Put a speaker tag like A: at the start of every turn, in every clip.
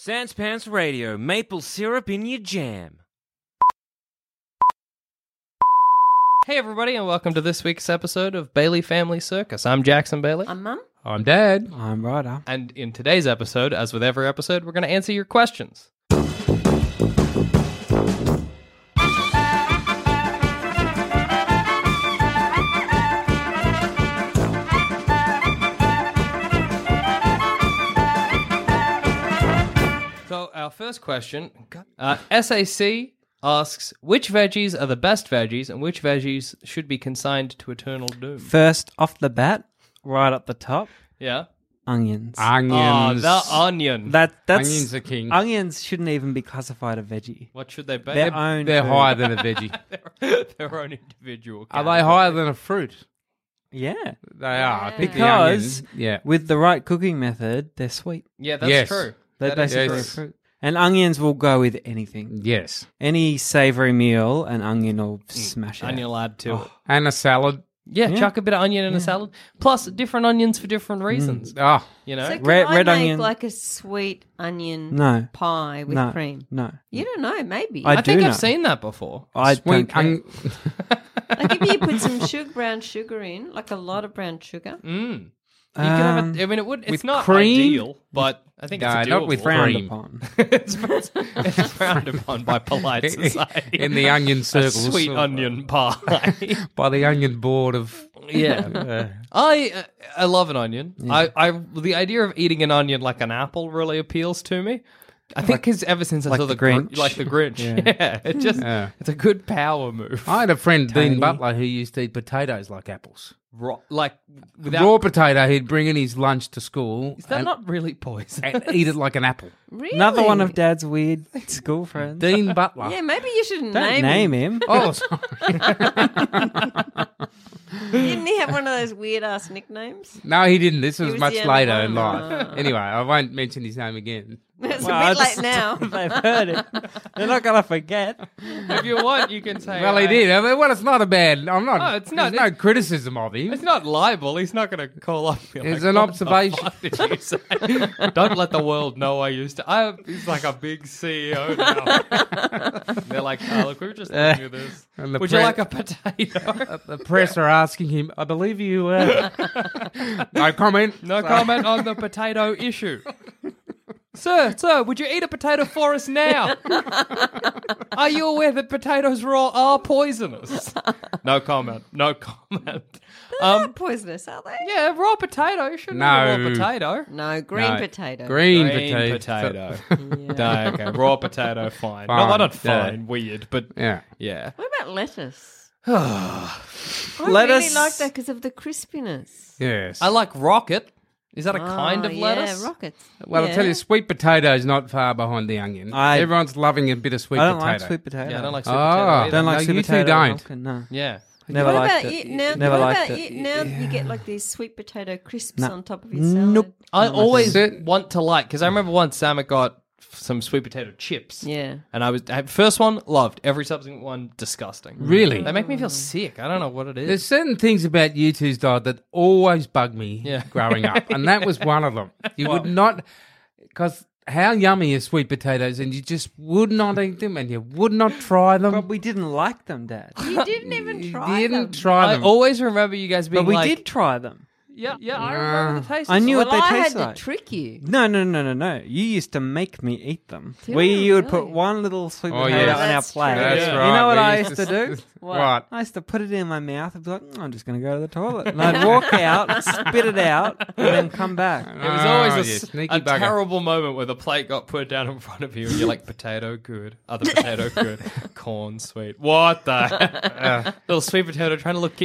A: Sans Pants Radio, maple syrup in your jam.
B: Hey, everybody, and welcome to this week's episode of Bailey Family Circus. I'm Jackson Bailey.
C: I'm mum.
B: I'm Dad.
D: I'm Ryder.
B: And in today's episode, as with every episode, we're going to answer your questions. So, our first question uh, SAC asks Which veggies are the best veggies and which veggies should be consigned to eternal doom?
D: First off the bat, right up the top,
B: Yeah.
D: onions.
B: Oh,
E: Onions.
B: the onion.
D: that that's
E: Ah, Onions are king.
D: Onions shouldn't even be classified a veggie.
B: what should they be?
D: Their own.
E: They're
D: food.
E: higher than a veggie.
B: their own individual.
E: Are they higher than a fruit?
D: Yeah.
E: They are. I think
D: Because
E: the onion, yeah,
D: with the right cooking method, they're sweet.
B: Yeah, that's
E: Yes.
B: true.
D: They're
B: That is
D: basically
E: yes.
D: fruit. And onions will go with anything.
E: yes,
D: Any savory meal, an onion will smash it.
B: Onion will add to it.
E: and a salad.
B: Yeah, chuck a bit of onion in a salad. Plus, different onions for different reasons.
E: Ah,
B: You know,
C: So can
D: Red-
C: I
D: red
C: make
D: onion.
C: like a sweet onion
D: No.
C: pie with
D: no,
C: cream?
D: No.
C: You don't know, maybe.
D: I
B: I, think
D: do
B: I've
D: know.
B: seen that before.
D: I
E: sweet
D: don't care.
E: onion.
C: like if you put some sugar, brown sugar in, like a lot of brown sugar.
B: Mm. You can have a, I mean, it would. It's
E: with
B: not
E: cream?
B: ideal, but I think
E: No,
B: it's
E: not with
B: doable.
E: cream.
D: frowned upon.
B: it's, it's frowned upon by polite society.
E: in the onion
B: a
E: circles,
B: sweet
E: of-
B: onion pie.
E: by the onion board of
B: yeah, I uh, I love an onion. I, I the idea of eating an onion like an apple really appeals to me. I think because ever since I
D: like
B: saw the,
D: the
B: Gr-
D: Grinch.
B: like the Grinch, yeah, it just
E: Yeah.
B: it's a good power move.
E: I had a friend, Dean Butler, who used to eat potatoes like apples.
B: Raw, like without
E: Raw potato, he'd bring in his lunch to school
B: is that
E: and,
B: not really poison?
E: and eat it like an apple.
C: Really?
D: Another one of Dad's weird school friends.
E: Dean Butler.
C: Yeah, maybe you shouldn't
D: Don't
C: name,
D: name
C: him.
D: him.
E: Oh, sorry.
C: Didn't he have one of those weird ass nicknames?
E: no, he didn't. This was,
C: was
E: much
C: the only
E: later in
C: one. Uh.
E: life. Anyway, I won't mention his name again.
C: It's
D: Well,
C: a bit
D: I just-
C: late now.
D: They've heard it. They're not gonna forget.
B: if you want, you can say. uh,
E: Well, he
B: "Hey,
E: did. I mean, well, it's not a bad. I'm not.
B: No, Oh, it's not.
E: There's no criticism of him.
B: It's not libel. He's not going to call up. me
E: It's
B: like,
E: an
B: "What
E: observation."
B: the fuck did you say? Don't let the world know I used to. I, he's like a big CEO now. They're like, oh, look, we were just looking at this.
E: And the
B: Would you
E: pre- uh,
B: like a potato?
E: The press are asking him. I believe you. Uh, no comment.
B: No comment on the potato issue. Sir, sir, would you eat a potato for us now? Are you aware that potatoes raw are poisonous? No comment. No comment. Um,
C: Not poisonous, are they?
B: Yeah, raw potato. You shouldn't
E: No.
B: eat a raw potato.
C: No, green
E: No.
C: potato.
E: Green,
B: Green
E: potato.
B: potato. Duh, okay, raw potato, fine. No,
E: Fine,
B: not
E: yeah.
B: fine, weird, but
E: yeah.
B: yeah.
C: What about lettuce? I
D: Lettuce-
C: really like that because of the crispiness.
E: Yes.
B: I like rocket. Is that a kind
C: Oh,
B: of lettuce?
C: Yeah, rockets.
E: well,
C: yeah.
E: I'll tell you, sweet potato is not far behind the onion.
D: I-
E: Everyone's loving a bit of sweet
D: I don't
E: potato.
D: like sweet potato.
B: Yeah, I don't like sweet
E: Ah.
B: potato.
D: Don't
B: Either.
D: like
E: No,
D: sweet
E: you two
D: potato.
E: don't.
D: Pumpkin, no.
B: Yeah.
D: Never
C: What
D: liked
C: about
D: it.
C: you now?
D: Never
C: what
D: liked
C: about
D: it.
C: you now? You get like these sweet potato crisps on top of your salad.
D: Nope.
B: I always
E: Sit.
B: want to like because I remember once Sam had got some sweet potato chips.
C: Yeah.
B: And I was I- first one loved every subsequent one disgusting.
E: Really?
B: they make me feel sick. I don't know what it is.
E: There's certain things about you two's diet that always bug me
B: Yeah.
E: growing up, and that was one of them. You would not, because how yummy are sweet potatoes, and you just would not eat them, and you would not try them.
D: But we didn't like them, Dad.
C: You didn't even
E: you
C: try
E: didn't
C: them.
E: try
B: I
E: them.
B: always remember you guys being
D: But we
B: like,
D: did try them.
B: Yeah, yeah, I remember the taste.
D: I knew
B: it.
D: what
F: well,
D: they
F: I had
D: taste
F: to
D: like.
F: trick you.
D: No, no, no, no, no. You used to make me eat them.
F: Did
D: Where
F: I
D: you would put
F: really?
D: one little sweet
G: Oh,
D: potato
G: yes.
D: on our
C: That's true.
D: plate.
G: That's
B: Yeah.
G: right.
D: You know what
G: we
D: I used to do?
F: What?
G: What?
D: I used to put it in my mouth and be like, "Mm, I'm just going to go to the toilet. And I'd walk out, spit it out, and then come back.
B: It was
E: Oh,
B: always
G: Ah,
B: a,
G: you
B: s-
G: sneaky
B: a
G: bugger.
B: terrible moment where the plate got put down in front of you, and you're like, "Potato good, other potato good, corn sweet." What the heck? little sweet potato trying to look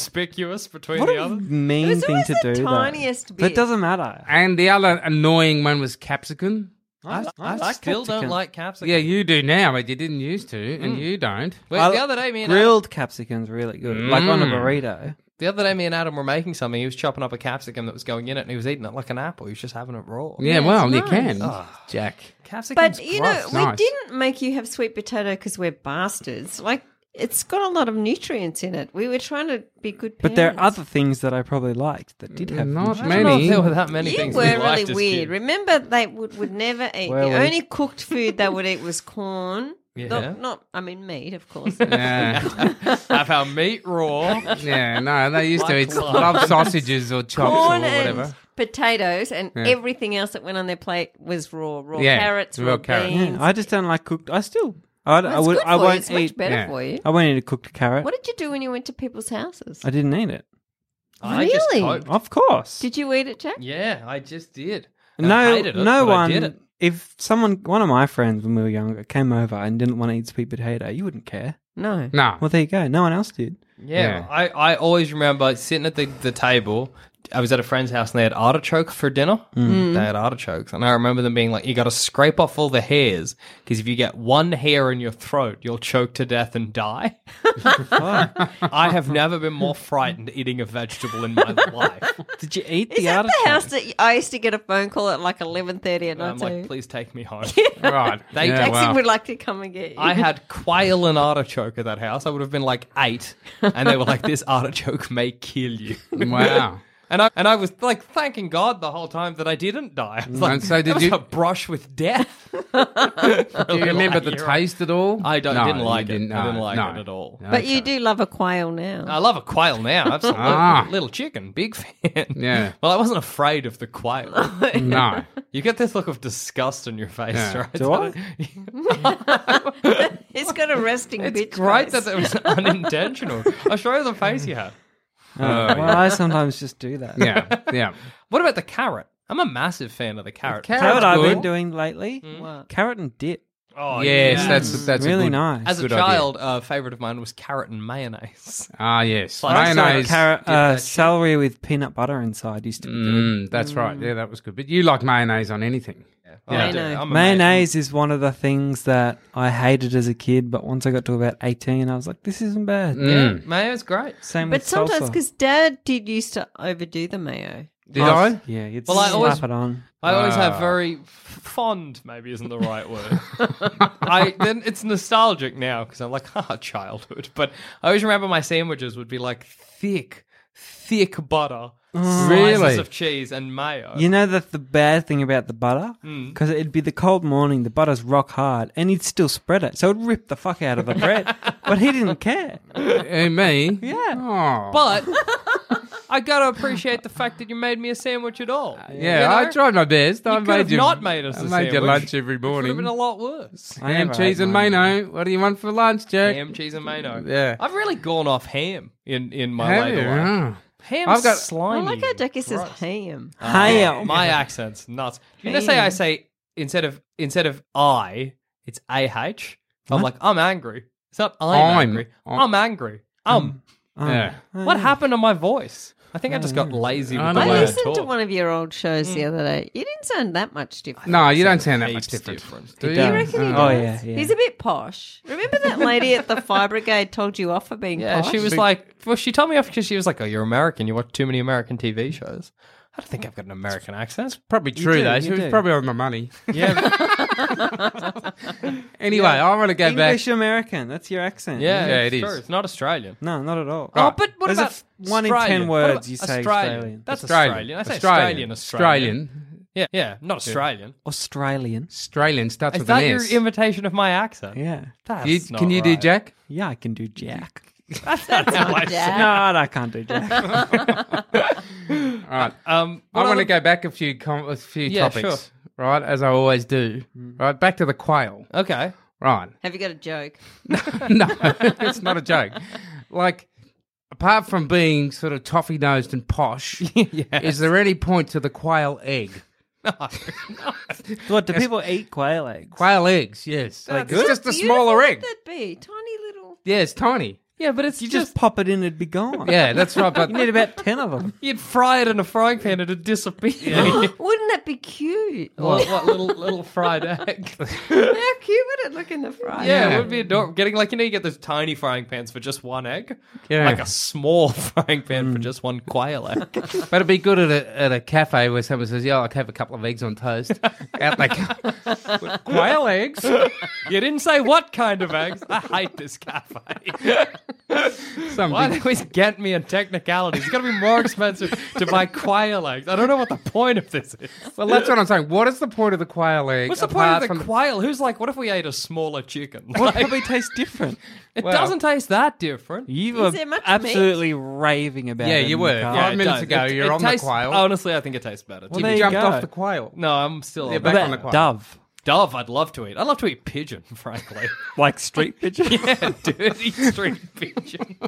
B: inconspicuous between
D: What
B: the
D: a
B: other?
D: mean
F: It was
D: thing
F: always
D: to
F: the
D: do. though.
F: tiniest
D: But
F: bit.
D: it doesn't matter.
G: And the other annoying one was capsicum.
B: I, I
D: like
B: still don't
D: capsicum.
B: like capsicum.
G: Yeah, you do now, but you didn't used to, and you don't.
B: Whereas
D: I-
B: the other day, me and Adam,
D: Grilled capsicum's really good, like on a
G: Mm.
D: burrito.
B: the other day, me and Adam were making something. He was chopping up a capsicum that was going in it, and he was eating it like an apple. He was just having it raw.
G: Yeah,
F: it's
G: well, you
F: nice.
G: can, Jack.
B: Capsicum's
C: But you know,
B: gross.
C: we
G: Nice.
C: didn't make you have sweet potato because we're bastards. Like it's got a lot of nutrients in it. We were trying to be good. Parents.
D: But there are other things that I probably liked that did have.
G: Not
B: I
D: nutrients.
B: don't know if
G: many.
B: there were that many
C: You
B: things
C: were
B: we
C: really
B: liked as
C: weird.
B: kids.
C: Remember, they would, would never eat.
D: Well,
C: the
D: we-
C: only cooked food they would eat was corn.
B: Yeah.
C: Not, not, I mean, meat, of course.
G: Yeah,
B: Have our meat raw.
G: yeah, no, they used to eat
B: Like
G: love sausages or chops
C: corn
G: or whatever.
C: and potatoes and
G: Yeah.
C: everything else that went on their plate was raw. Raw
G: Yeah,
C: carrots,
G: raw
C: raw,
G: carrots.
C: beans.
D: Yeah, I just don't like cooked. I still, I,
C: Well,
D: I
C: it's
D: would,
C: good
D: I
C: for you.
D: won't
C: It's
D: eat.
C: much better
G: Yeah.
C: for you.
D: I won't eat a cooked carrot.
C: What did you do when you went to people's houses?
D: I didn't eat it.
B: I just
C: Really?
B: coped.
D: Of course,
C: Did you eat it, Jack?
B: Yeah, I just did. And I
D: no,
B: hated it,
D: no
B: but I did
D: one.
B: it.
D: If someone, one of my friends when we were younger, came over and didn't want to eat sweet potato, you wouldn't care.
C: No.
G: No,
D: Well, there you go. No one else did.
B: Yeah,
G: Yeah.
B: I, I always remember sitting at the, the table. I was at a friend's house and they had artichoke for dinner.
D: Mm.
C: Mm.
B: They had artichokes. And I remember them being like, you got to scrape off all the hairs because if you get one hair in your throat, you'll choke to death and die. I have never been more frightened eating a vegetable in my life.
D: Did you eat
C: Is
D: the
C: that
D: artichoke?
C: the house that I used to get a phone call at like eleven thirty at
B: And I'm
C: night?
B: like,
C: too?
B: please take me home.
G: right.
B: They-
G: yeah,
C: Jackson
G: wow.
C: would like to come and get you.
B: I had quail and artichoke at that house. I would have been like eight. And they were like, this artichoke may kill you.
G: wow.
B: And I and I was like thanking God the whole time that I didn't die. I was like,
G: And Mm, so did
B: that was
G: you-
B: a brush with death?
G: Do you remember the
B: you're-
G: taste at all?
B: I don't
G: No,
B: didn't
G: you
B: like it. I
G: no,
B: didn't like
G: no.
B: it at all.
G: No,
C: but
G: okay.
C: you do love a quail now.
B: I love a quail now. Absolutely,
G: Ah.
B: little chicken, big fan.
G: Yeah.
B: Well, I wasn't afraid of the quail.
G: No.
B: You get this look of disgust on your face,
G: Yeah.
B: right?
D: Do I?
C: He's got a resting
B: It's
C: bitch
B: great
C: face.
B: that it was unintentional. I'll show you the
G: Mm.
B: face you had.
D: Oh, well, I sometimes just do that.
G: Yeah. Yeah.
B: What about the carrot? I'm a massive fan of the carrot.
D: You know what
G: Carrot's
D: I've
G: good.
D: been doing lately?
C: What?
D: Carrot and dip. Mm.
B: Oh,
G: yes,
B: yeah.
G: that's that's a
D: really
G: good-
D: nice.
B: As a
G: good idea.
B: child, a favorite of mine was carrot and mayonnaise.
G: Ah, yes.
B: Like- That's
D: It's like
G: Mayonnaise.
D: carrot,
B: dip that
D: uh,
B: shit.
D: celery with peanut butter inside used to be good.
G: Mm, that's right. Yeah, that was good. But you like mayonnaise on anything.
B: Oh, I do.
C: Mayonnaise.
B: I'm a
D: Mayonnaise is one of the things that I hated as a kid, but once I got to about 18, I was like, this isn't bad.
B: Yeah,
G: Mm.
B: mayo's great.
D: Same
C: But
D: with
C: sometimes,
D: salsa.
C: because Dad did used to overdo the mayo.
G: Did
D: Oh,
G: I?
D: Yeah, you'd
B: Well, I
D: slap
B: always-
D: it on.
B: I always
G: Ah.
B: have very f- fond, maybe isn't the right word. I then it's nostalgic now because I'm like, ah, childhood. But I always remember my sandwiches would be like thick, thick butter, slices
G: Mm. Really?
B: of cheese and mayo.
D: You know that the bad thing about the butter? Because it'd be the cold morning, the butter's rock hard, and he'd still spread it. So it'd rip the fuck out of the bread. but he didn't care.
G: Uh, me?
D: Yeah.
G: Oh.
B: but I gotta appreciate the fact that you made me a sandwich at
C: Uh,
B: all.
G: yeah,
B: You know?
G: I tried my best. I
B: could
G: made
B: have
G: you
B: not made us
G: I
B: a
G: made
B: sandwich.
G: you lunch every
B: Would have
G: morning.
B: been a lot worse.
D: I
G: Ham,
D: never
G: cheese,
D: ate
G: and
D: mine.
G: mayo. What do you want for lunch, Jack?
B: Ham, cheese, and mayo.
G: Yeah.
B: I've really gone off ham in in my
G: Have you?
B: later life.
G: Oh.
B: Ham's
G: I've got-
C: I
B: slimy.
C: like how Jackie says ham.
D: Oh, Ham.
B: My accent's nuts. You know, say I say instead of instead of I, it's A H. I'm like I'm angry. It's not I'm,
G: I'm- Mm,
B: angry. I'm, angry. Um,
G: Yeah.
B: what happened to my voice? I think I just got lazy
G: uh, I
B: with the
G: don't
C: I
G: know.
B: way I
C: listened to
B: talk.
C: one of your old shows
D: Mm.
C: the other day. You didn't sound that much different.
G: No, you don't sound that much
B: Heaps
G: different.
B: different.
G: Do
D: It
G: you?
D: does.
C: You reckon he
D: Oh,
C: does?
D: yeah, yeah.
C: He's a bit posh. Remember that lady at the fire brigade told you off for being
B: Yeah,
G: oh,
C: posh?
B: she was like, well, she told me off because she was like, "Oh, you're American. You watch too many American TV shows." I don't think I've got an American accent.
G: Probably true
D: do,
G: though.
D: you
G: She was
D: do.
G: probably on the money.
D: Yeah,
G: Anyway, I want to go
D: English
G: back.
D: American. That's your accent.
B: Yeah,
G: Yeah,
B: it's
G: it
B: true.
G: is.
B: It's not Australian.
D: No, not at all.
B: Oh, but what
D: There's a
B: about
D: f- one in
B: Australian?
D: ten
B: What
D: words
B: about
D: you say
B: Australian?
D: Australian?
B: That's Australian. I say Australian. Australian.
G: Australian.
B: Yeah, yeah, not Australian.
D: Australian.
G: Australian starts
B: Is
G: with an
B: that your
G: S.
B: imitation of my accent?
D: Yeah.
B: That's
G: You-
B: not
G: can you do
B: right.
G: Jack?
D: Yeah, I can do Jack.
C: That's my
D: No,
C: dad.
D: I can't do Jack.
G: All right.
B: Um,
G: I
B: what
G: want to
B: other-
G: go back a few com- a few
B: Yeah,
G: topics,
B: sure. Mm.
G: right? As I always do. Right, back to the quail.
B: Okay.
G: Right.
C: Have you got a joke?
G: no, it's not a joke. Like, apart from being sort of toffee nosed and posh, is there any point to the quail egg?
D: what, do people eat quail eggs?
G: Quail eggs, yes. It's just a
C: Beautiful
G: smaller
C: would
G: egg.
C: that be? Tiny little.
G: Yeah, it's tiny.
B: Yeah, but it's
D: You
B: just,
D: just pop it in, it'd be gone.
G: Yeah, that's right. But
D: You need about 10 of them.
B: you'd fry it in a frying pan and it'd disappear.
C: Wouldn't that be cute?
B: what, what little little fried egg?
C: How cute would it look in the fry?
B: Yeah,
G: Yeah.
B: it would be adorable. Getting like you know you get those tiny frying pans for just one egg,
G: Yeah.
B: like a small frying pan for just one quail egg.
G: but it'd be good at a, at a cafe where someone says, "Yeah, I'll have a couple of eggs on toast." Out like
B: quail eggs? you didn't say what kind of eggs. I hate this cafe.
G: some
B: Why do
G: big-
B: they always get me in technicalities? It's gonna be more expensive to buy quail eggs. I don't know what the point of this is.
G: Well, that's what I'm saying. What is the point of the quail egg?
B: What's the point
G: apart
B: of the
G: from
B: quail? Who's like, what if we ate a smaller chicken?
D: Well,
B: Like,
D: it probably tastes different.
B: it
G: well-
B: doesn't taste that different.
D: You
C: Is
D: were
C: there much
D: absolutely raving about
G: Yeah,
D: it.
G: you
D: in
G: were.
D: the car.
G: Yeah, Five
B: it
G: minutes
B: does.
G: ago,
B: It-
G: you're
B: it
G: on the
B: tastes-
G: quail.
B: Honestly, I think it tastes better. to
D: Well,
B: be
D: there you
G: jumped
D: go.
G: off the quail?
B: No, I'm still
G: Yeah,
D: What
G: back
D: about
G: on the quail.
D: dove?
B: dove. I'd love to eat. I'd love to eat pigeon, frankly.
D: Like street pigeon?
B: yeah, dirty street pigeon.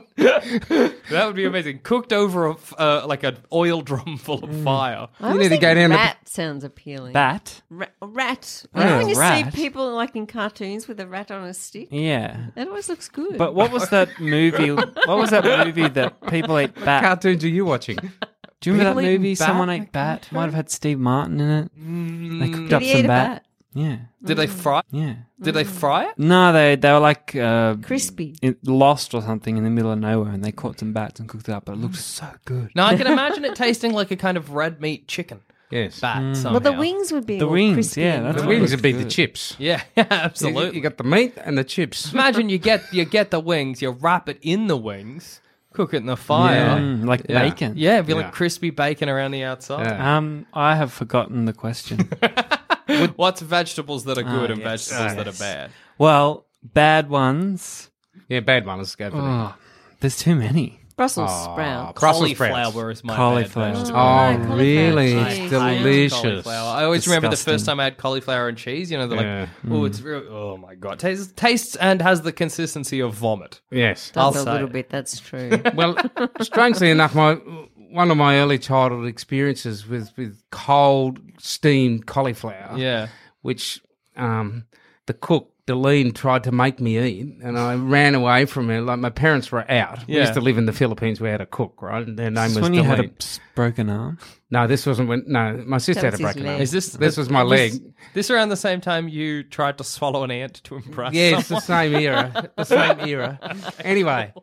B: that would be amazing. Cooked over a f uh, like an oil drum full of fire.
C: I
G: You
C: always
G: need to
C: think
G: go down to-
C: Rat sounds appealing.
D: Bat?
C: Ra- rat.
D: Yeah,
C: You know when you
D: rat.
C: see people like in cartoons with a rat on a stick?
D: Yeah.
C: That always looks good.
D: But what was that movie? What was that movie that people ate bat?
G: cartoons are you watching?
D: Do you
B: People
D: remember that
B: eating
D: movie?
B: bat?
D: Someone ate bat. Might have had Steve Martin in it. They cooked up
C: Did he
D: some
C: eat a
D: bat.
C: bat?
D: Yeah,
B: Did they fry?
D: yeah.
B: Did they fry it?
D: No, they they were like uh,
C: Crispy.
D: in- lost or something in the middle of nowhere, and they caught some bats and cooked it up. But it looked Mm. so good.
B: No, I can imagine it tasting like a kind of red meat chicken.
G: Yes.
B: Bat somehow.
C: Well, the wings would be
D: Mm. Oh, The
C: all
D: wings,
C: crispy
D: yeah,
C: and
D: that's
G: The
D: Oh,
G: wings
D: that's
G: would be the
D: good.
G: chips.
B: Yeah, yeah,
G: You- You,
B: absolutely.
G: got the meat and the chips.
B: Imagine you get you get the wings, you wrap it in the wings, cook it in the fire. Yeah,
D: Mm, like
G: Yeah.
D: bacon.
B: it'd be
G: Yeah.
B: like crispy bacon around the outside.
G: Yeah.
D: Um, I have forgotten the question.
B: What's vegetables that are good
D: Ah,
B: and
D: yes.
B: vegetables
D: Ah,
B: that are
D: yes.
B: bad?
D: well, bad ones.
G: Yeah, bad one. Let's go for
D: Oh,
G: that.
D: there's too many.
C: Brussels
G: Aw,
C: sprout.
G: Brussels sprouts.
B: cauliflower is my
D: Cauliflower.
B: Bad vegetable.
C: Oh,
G: Oh,
C: no,
G: really?
C: cauliflower
G: It's
C: cheese.
B: I hate
G: delicious.
B: cauliflower. I always remember the first
D: Disgusting.
B: time I had cauliflower and cheese. You know, they're
G: Yeah. Mm.
B: like, oh, it's real. Oh my god, tastes tastes and has the consistency of vomit.
G: Yes.
C: Does
B: I'll
C: a
B: say
C: little
B: it.
C: bit. That's true.
G: Well, strangely enough, my one of my early childhood experiences with with cold steamed cauliflower.
B: Yeah,
G: Which um, the cook. Deline tried to make me eat, and I ran away from her. Like my parents were out. We
B: Yeah.
G: used to live in the Philippines. We had a cook, right? And their name
D: It's
G: was
D: when you had a
G: Deline.
D: s- broken arm.
G: No, this wasn't when. No, my sister
C: That
G: had a
C: was his
G: broken arm.
C: leg. Is
B: this-
G: This was my
B: this-
G: leg.
B: this around the same time you tried to swallow an ant to impress.
G: Yeah,
B: someone.
G: it's the same era. The same era. Anyway,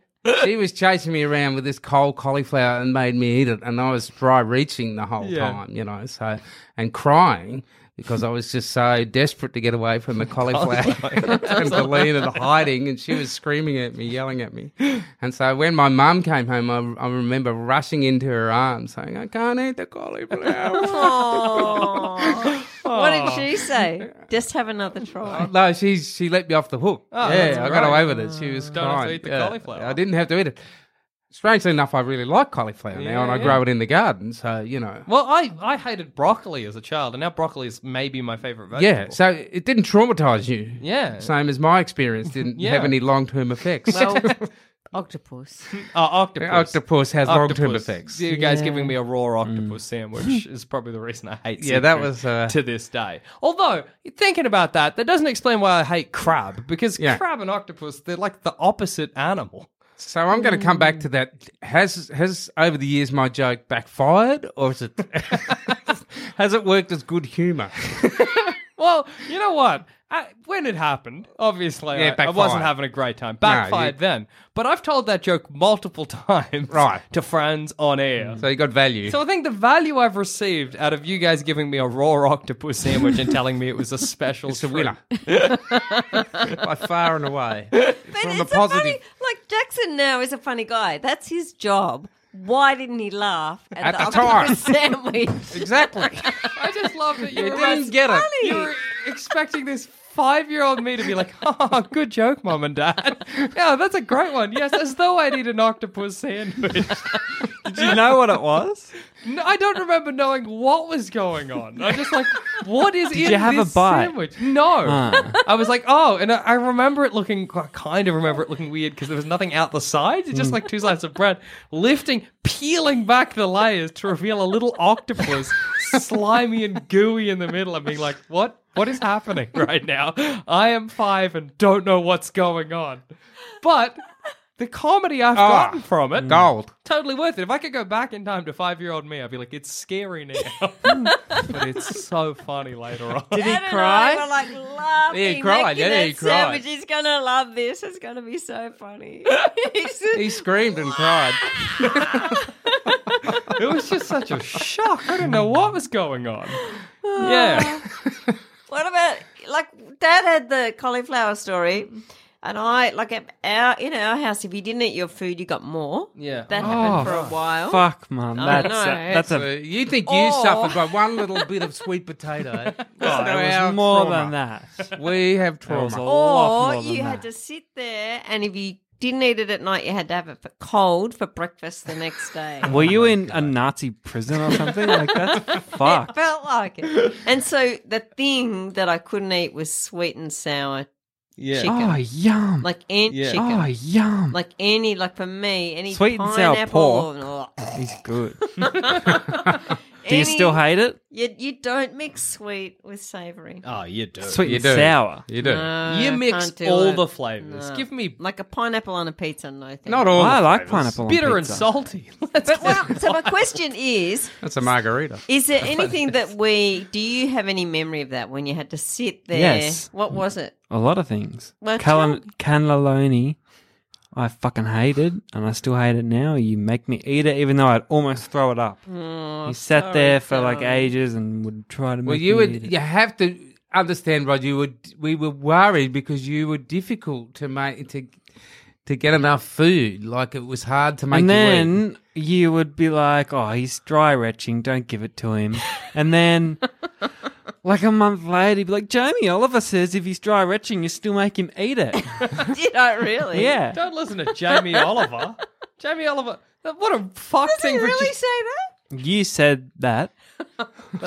G: she was chasing me around with this cold cauliflower and made me eat it, and I was dry reaching the whole
B: Yeah.
G: time, you know, so and crying because I was just so desperate to get away from the cauliflower and Colleen and hiding, and she was screaming at me, yelling at me. And so when my mum came home, I, I remember rushing into her arms saying, I can't eat the cauliflower. Oh.
C: Aw. what did she say? Just have another try.
G: No, she she let me off the hook.
B: Oh, that's
G: yeah, I got
B: great.
G: away with it. She was
B: Don't have to
G: kind.
B: eat the
G: Yeah,
B: cauliflower.
G: I didn't have to eat it. Strangely enough, I really like cauliflower now, and I
B: Yeah.
G: grow it in the garden. So you know,
B: Well, I, I hated broccoli as a child, and now broccoli is maybe my favorite vegetable.
G: yeah. So it didn't traumatize you.
B: yeah.
G: Same as my experience didn't
B: Yeah.
G: have any long term effects.
C: Well, octopus.
B: Uh, octopus.
G: Octopus has long term
B: Octopus.
G: effects. Mm.
B: You guys giving me a raw octopus sandwich is probably the reason I hate.
G: Yeah, that
B: seafood
G: was, uh,
B: to this day. Although thinking about that, that doesn't explain why I hate crab because
G: Yeah.
B: crab and octopus they're like the opposite animal.
G: So I'm going to come back to that. Has has over the years my joke backfired, or is it has it worked as good humour?
B: Well, you know what? I, when it happened, obviously
G: Yeah,
B: I, I
G: backfired.
B: wasn't having a great time. Backfired then, but I've told that joke multiple times
G: Right.
B: to friends on air.
G: so you got value.
B: So I think the value I've received out of you guys giving me a raw octopus sandwich and telling me it was a special
G: it's a
B: treat-
G: winner by far and away.
C: But
G: From the
C: it's a
G: positive
C: funny, like Jackson now is a funny guy. That's his job. Why didn't he laugh at,
G: At
C: the,
G: the time.
C: octopus sandwich?
G: Exactly.
B: I just love that you
G: You
B: were
G: didn't get it.
B: you were expecting this five year old me to be like, oh, good joke, mom and dad. Yeah, that's a great one. Yes, as though I'd eat an octopus sandwich.
D: Did you know what it was?
B: No, I don't remember knowing what was going on. I just like, what is in
D: you have
B: this
D: a bite? Ah.
B: sandwich? No, I was like, oh, and I, I remember it looking. I kind of remember it looking weird because there was nothing out the sides. It's
D: Hmm.
B: just like two slices of bread, lifting, peeling back the layers to reveal a little octopus, slimy and gooey in the middle. I'm being like, what? What is happening right now? I am five and don't know what's going on, but. The comedy I've
D: Ah.
B: gotten from
D: Hmm.
B: it
G: Gold.
B: totally worth it. If I could go back in time to five year old me, I'd be like, it's scary now. but it's so funny later on.
D: Did he
C: Dad and
D: cry?
C: I were like laughing.
G: Yeah, he cried.
C: making
G: Yeah,
C: that
G: he cried.
C: sandwich. He's gonna love this. It's gonna be so funny. He's-
G: He screamed and cried.
B: It was just such a shock. I didn't know what was going on. Yeah.
C: what about like Dad had the cauliflower story, and I like at our in our house if you didn't eat your food you got more.
B: Yeah. Oh,
C: That happened for a while.
D: Fuck, mum.
C: I
D: That's
C: know,
D: a, that's
G: So
D: a
G: Uh, you think you
C: Oh.
G: suffered by one little bit of sweet potato? Listen to
D: it
G: our
D: was more
G: trauma.
D: than that.
G: We have
D: It was a
G: trauma.
D: lot
C: Or
D: more than
C: you had to
D: that.
C: sit there, and if you didn't eat it at night, you had to have it for cold for breakfast the next day.
G: Oh
D: Were you in a Nazi prison or something? like that's fucked.
C: Felt like it. And so the thing that I couldn't eat was sweet and sour
B: Yeah.
C: chicken.
D: Oh yum!
C: Like ant
B: Yeah.
C: chicken.
D: oh yum!
C: Like any, like for me, any
D: Sweet and sour
C: pineapple.
D: pork.
C: or-
D: He's good. Do
C: Any-
D: you still hate it?
C: You, you don't mix sweet with savoury.
B: Oh, you do.
D: Sweet
G: You
D: and
G: do.
D: sour.
G: You do.
C: No,
B: you
C: I
B: mix
C: can't do
B: all
C: it.
B: the flavors.
C: No.
B: Give me
C: Like a pineapple on a pizza, no thank
G: Not
C: you.
G: all.
D: I
G: the
D: like
G: flavours.
D: pineapple. on
B: bitter and
D: pizza.
B: salty. Let's
C: But well, so my question is:
G: That's a margarita.
C: Is there anything that we do you have any memory of that when you had to sit there?
D: Yes.
C: What was it?
D: A lot of things.
C: Well,
D: Cal- cannelloni, I fucking hated, and I still hate it now. You make me eat it, even though I'd almost throw it up. you sat there for like ages and would try to make
G: Well, you
D: me eat
G: would.
D: it.
G: You have to understand, Rod. You would. We were worried because you were difficult to make to to get enough food. Like it was hard to make.
D: and
G: you eat.
D: then you would be like, "Oh, he's dry retching. Don't give it to him." and then, like a month later, you'd be like, "Jamie Oliver says if he's dry retching, you still make him eat it."
C: Did I really?
D: yeah.
B: Don't listen to Jamie Oliver. Jamie Oliver. What a fuck
C: Did
B: thing
C: he
B: for
C: really
B: just-
C: say that?
D: You said that.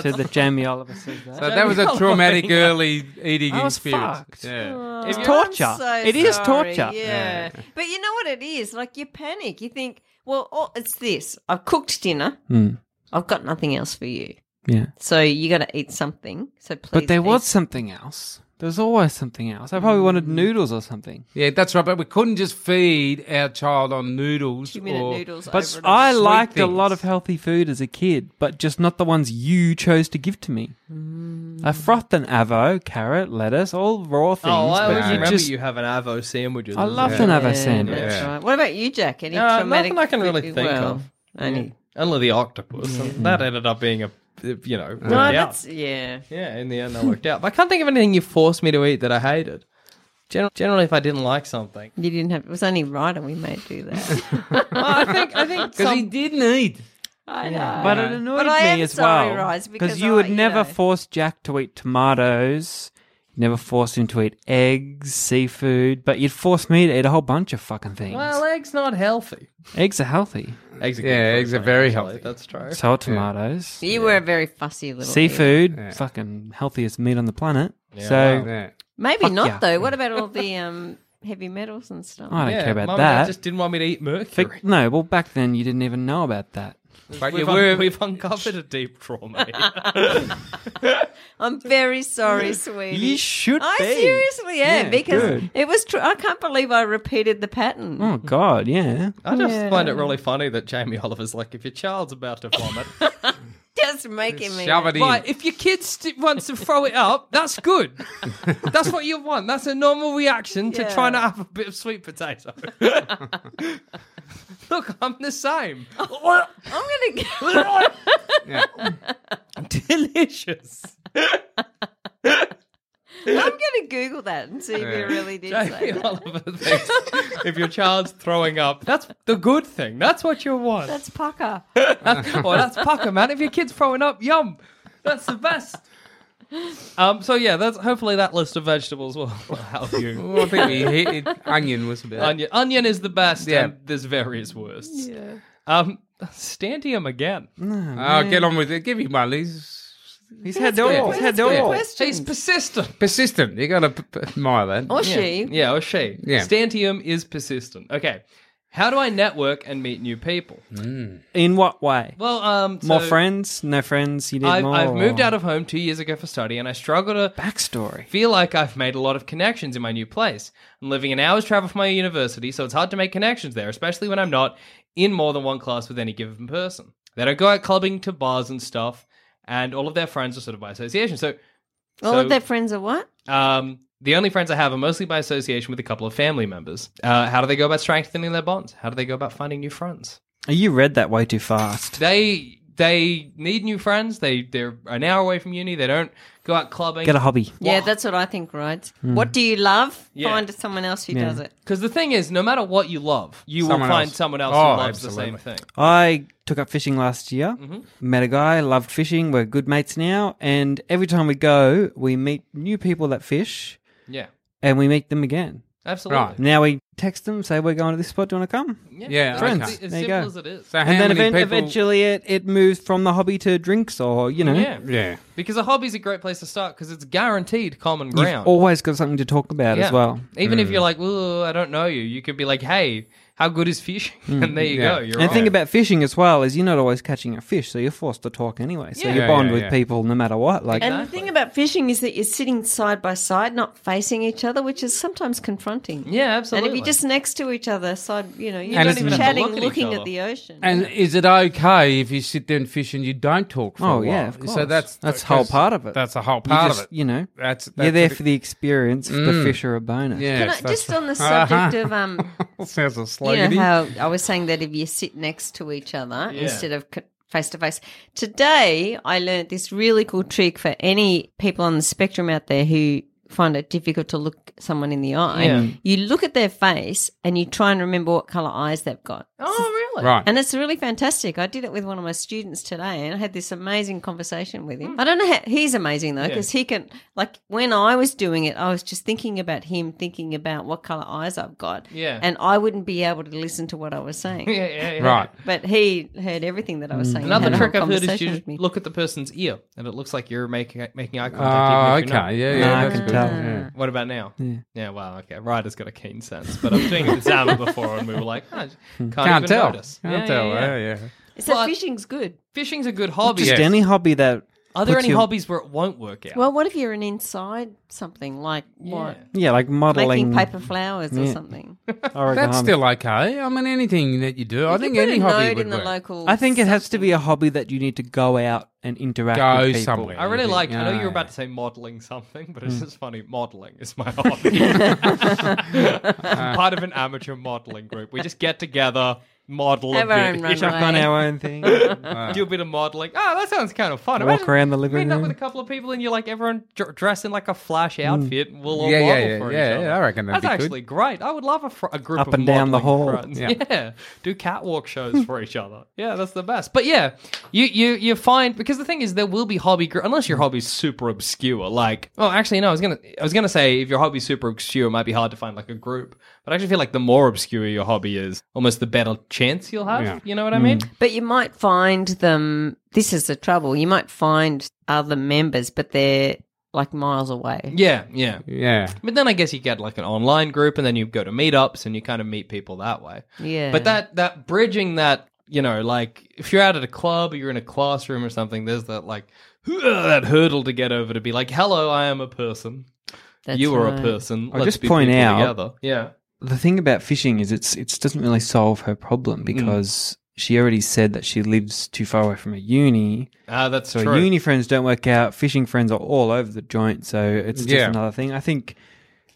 D: said that Jamie Oliver said that.
G: So that was a traumatic early eating
D: I was
G: experience.
D: fucked.
G: Yeah.
D: it's
C: Oh,
D: torture.
C: I'm so
D: It is
C: sorry.
D: torture.
C: Yeah. But you know what it is? Like you panic. You think, well, oh, it's this. I've cooked dinner.
D: Hmm.
C: I've got nothing else for you.
D: Yeah.
C: So you got to eat something. So please.
D: But there
C: eat-
D: was something else. There was always something else. I probably wanted noodles or something.
G: yeah, that's right. But we couldn't just feed our child on noodles.
C: two minute
G: or-
C: noodles.
D: But
C: over and
D: I
C: over.
D: liked a
G: things.
D: lot of healthy food as a kid, but just not the ones you chose to give to me. I frothed an avo, carrot, lettuce, all raw things.
B: Oh, I
D: but
B: always
D: you
B: remember
D: just,
B: you have an Avo sandwiches.
D: I loved
B: Yeah.
D: an avo
C: Yeah,
D: sandwich.
C: that's right. What about you, Jack? Any
B: Uh,
C: traumatic?
B: nothing I can really
C: food-
B: think
C: well,
B: of.
C: Only.
B: Only the octopus. And that ended up being a, you know,
C: No,
B: worked out.
C: that's yeah.
B: Yeah, in the end, I worked out. But I can't think of anything you forced me to eat that I hated. Gen- generally, if I didn't like something,
C: You didn't have. It was only right, and we might do that.
B: Well, I think I think
G: Because
B: some-
G: he didn't eat.
C: I know.
D: But it annoyed
C: But I am
D: me as
C: sorry,
D: well.
C: Rise, because
D: you
C: I-
D: would
C: you
D: never
C: know.
D: force Jack to eat tomatoes. You never forced him to eat eggs, seafood, but you'd force me to eat a whole bunch of fucking things.
B: well, eggs not healthy.
D: Eggs are healthy.
B: Eggs are
G: Yeah, eggs are very healthy.
B: That's true.
D: So are tomatoes.
C: you were a very fussy little
D: Seafood,
G: Yeah.
D: fucking healthiest meat on the planet. so
G: Yeah.
C: kid. Maybe
D: Fuck
C: not
D: yeah. Oh.
C: though. What about all the um, heavy metals and stuff?
D: I don't
B: yeah,
D: care about
B: Mum and Dad
D: that.
B: just didn't want me to eat
D: Fi-
B: mercury.
D: no, well, back then you didn't even know about that.
G: But you
B: We've,
G: were.
B: un- we've uncovered a deep trauma. here.
C: I'm very sorry, sweetie.
D: You should
C: I
D: be.
C: seriously am
D: Yeah,
C: because
D: good.
C: it was. Tr- I can't believe I repeated the pattern.
D: Oh God, yeah.
B: I just
C: Yeah.
B: find it really funny that Jamie Oliver's like, if your child's about to vomit,
C: Just making me.
G: Shove it in.
B: Right, if your kid st- wants to throw it up, that's good. that's what you want. That's a normal reaction to
C: Yeah.
B: trying to have a bit of sweet potato. Look, I'm the same.
C: I'm gonna. go-
G: Yeah.
B: Delicious.
C: I'm gonna Google that and see if you really did say
B: Jamie
C: that.
B: Oliver thinks if your child's throwing up, that's the good thing. That's what you want.
C: That's pucker.
B: oh, that's pucker, man. If your kid's throwing up, yum. That's the best. Um, so yeah, that's hopefully that list of vegetables will will help you.
G: Well, I think we hit it. onion was about.
B: Onion, onion is the best,
G: Yeah.
B: and there's various worsts. Yeah. Um, Stantium again.
G: Oh, get on with it. Give him one. He's
D: He's had all. He's had
G: good
D: all.
C: Question.
B: He's persistent.
G: persistent. You got to p- p- admire that.
C: or she.
B: Yeah, or she.
G: Yeah.
B: Stantium is persistent. Okay. How do I network and meet new people?
D: In what way?
B: Well, um, so
D: More friends? No friends? You need
B: I've,
D: more?
B: I've moved out of home two years ago for study, and I struggle to
D: backstory.
B: feel like I've made a lot of connections in my new place. I'm living an hour's travel from my university, so it's hard to make connections there, especially when I'm not in more than one class with any given person. They don't go out clubbing to bars and stuff, and all of their friends are sort of by association. So,
C: All
B: so,
C: of their friends are what?
B: um, the only friends I have are mostly by association with a couple of family members. Uh, how do they go about strengthening their bonds? How do they go about finding new friends?
D: Oh, You read that way too fast.
B: They they need new friends. They they're an hour away from uni. They don't go out clubbing.
D: Get a hobby.
C: Yeah, that's what I think, right? What do you love?
B: Yeah.
C: Find someone else who does it.
B: Because the thing is, no matter what you love, you will
G: Someone
B: find
G: else.
B: someone else
G: Oh,
B: who loves the
G: absolutely.
B: same thing.
D: I took up fishing last year.
B: Mm-hmm.
D: Met a guy, loved fishing. We're good mates now. And every time we go, we meet new people that fish
B: Yeah,
D: and we meet them again.
B: absolutely.
G: Right.
D: Now we text them, say, We're going to this spot. Do you want to come?
G: Yeah,
B: it's
G: friends.
B: As, as
D: There you
B: simple
D: go.
B: as it is.
G: So how
D: and then
G: many
D: event-
G: people?
D: eventually it, it moves from the hobby to drinks or, you know,
B: Yeah.
G: Yeah.
B: Because a hobby's a great place to start because it's guaranteed common ground.
D: you've always got something to talk about
B: Yeah.
D: as well.
B: Even
G: Mm.
B: if you're like, "Ooh, I don't know you," you could be like, "Hey, how good is fishing?" and there you
G: Yeah.
B: go. You're
D: Mm. And the
B: on.
D: thing about fishing as well is you're not always catching a fish, so you're forced to talk anyway. So
B: Yeah.
D: you
G: Yeah,
D: bond
G: yeah,
D: with
G: yeah.
D: people no matter what. Like
C: And the thing about fishing is that you're sitting side by side, not facing each other, which is sometimes confronting.
B: yeah, absolutely.
C: And if you're just next to each other, side, you know, you're
G: And
C: just
G: it's-
C: chatting,
B: Look at each
C: looking
B: other.
C: at the ocean.
G: And is it okay if you sit there and fish and you don't talk for a
D: Oh,
G: while?
D: yeah, of
G: So
D: course.
G: that's
D: That's whole part of it.
G: That's a whole
D: you
G: part
D: just,
G: of it.
D: you know,
G: That's, that's
D: you're there
G: it.
D: for the experience. The fish are a bonus.
G: Mm. Yeah, Uh-huh.
C: Can I, just on the subject of um,
G: sounds a
C: you
G: sloggy.
C: know how I was saying that if you sit next to each other instead of face to face. Today, I learned this really cool trick for any people on the spectrum out there who find it difficult to look someone in the eye.
B: Yeah.
C: You look at their face and you try and remember what color eyes they've got.
B: oh, really?
G: right.
C: And it's really fantastic. I did it with one of my students today, and I had this amazing conversation with him. I don't know how he's amazing though, because he can like when I was doing it, I was just thinking about him, thinking about what color eyes I've got,
B: Yeah.
C: and I wouldn't be able to listen to what I was saying.
B: Yeah, yeah, yeah.
G: right.
C: But he heard everything that I was saying. and
B: Another
C: had a
B: trick
C: whole
B: I've heard is
C: conversation
B: you
C: with me.
B: look at the person's ear, and it looks like you're making making eye
G: Oh,
B: contact. even if
G: okay.
B: you're
G: Yeah,
B: not.
D: No,
G: yeah.
D: I
G: that's
D: can
G: good.
D: tell.
G: Yeah.
B: What about now? Yeah. Wow. Okay. Ryder's got a keen sense, but I'm doing it with Zama before, and we were like, oh, can't,
G: Hmm. Can't
B: even
G: tell.
B: notice.
G: Can't
B: Yeah,
G: tell.
B: yeah,
G: eh?
B: yeah.
G: Yeah, yeah.
C: So
B: But-
C: fishing's good.
B: Fishing's a good hobby.
D: Just
G: Yes.
D: any hobby that.
B: Are there
D: puts
B: any
D: you-
B: hobbies where it won't work out?
C: Well, what if you're an inside something like what?
D: Yeah, like modeling.
C: Making paper flowers or something.
D: origami.
G: That's still okay. I mean, anything that you do, I think
C: Put a
G: any hobby
C: note
G: would
C: in the
G: work.
C: local.
D: I think it has to be a hobby that you need to go out and interact
G: Go
D: with people.
G: somewhere.
B: I really
G: Yeah. Hmm.
B: like. I know you
G: Yeah.
B: were about to say modeling something, but it's just funny. Modeling is my hobby. Part of an amateur modeling group. We just get together, model
C: Have
B: a
C: our
B: bit,
C: own runway.
D: Chuck on our own thing. That's
B: do a bit of modeling. Oh, that sounds kind of fun.
D: Walk around the living
B: meeting up
D: room.
B: with a couple of people, and you're like everyone dr- dressed in like a flash outfit. and We'll all
G: Hmm. Yeah, yeah,
B: model
G: yeah,
B: for
G: yeah,
B: each other.
G: yeah, I reckon that'd
B: that's
G: be good.
B: actually great. I would love a, fr- a group
D: Up
B: of
D: and down the
B: modeling
D: hall.
B: friends.
G: Yeah.
B: Yeah. do catwalk shows for each other. Yeah, that's the best. But yeah, you you you find because the thing is, there will be hobby group unless
G: Hmm.
B: your hobby's super obscure. Like, oh, actually, no, I was gonna I was gonna say if your hobby's super obscure, it might be hard to find like a group. But I actually feel like the more obscure your hobby is, almost the better chance you'll have.
G: Yeah. Hmm.
B: You know what I mean?
C: But you might find them. This is the trouble. You might find other members, but they're like miles away.
B: Yeah, yeah.
G: Yeah.
B: But then I guess you get like an online group, and then you go to meetups, and you kind of meet people that way.
C: Yeah.
B: But that that bridging that you know, like if you're out at a club or you're in a classroom or something, there's that like that hurdle to get over to be like, "Hello, I am a person.
C: That's
B: you are
C: right.
B: a person."
D: I'll
B: Let's
D: just
B: be
D: point
B: people
D: out-
B: together. Yeah,
D: the thing about fishing is it's it doesn't really solve her problem because she already said that she lives too far away from her uni.
B: ah, that's
D: So her
B: true.
D: uni friends don't work out. Fishing friends are all over the joint, so it's just
G: Yeah.
D: another thing. I think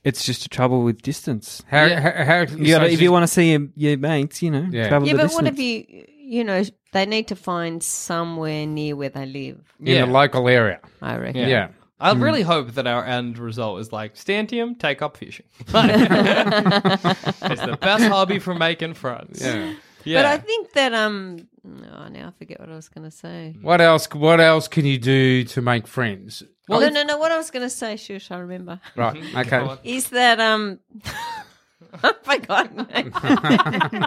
D: it's just a trouble with distance.
G: How,
B: Yeah.
G: how, how,
D: You gotta,
G: so
D: if you want to see your, your mates, you know,
G: Yeah.
D: travel
C: Yeah,
D: the
C: but
D: distance.
C: what if you, you know, they need to find somewhere near where they live,
G: in the local area.
C: I reckon.
G: Yeah.
B: I
D: Hmm.
B: really hope that our end result is like Stantium, take up fishing. it's the best hobby for making friends.
G: Yeah.
B: Yeah.
C: But I think that um, oh, now I forget what I was going to say.
G: What else? What else can you do to make friends?
C: Oh, no, no, no. What I was going to say, shush, I remember,
G: Right. Okay.
C: is that um, I've forgotten.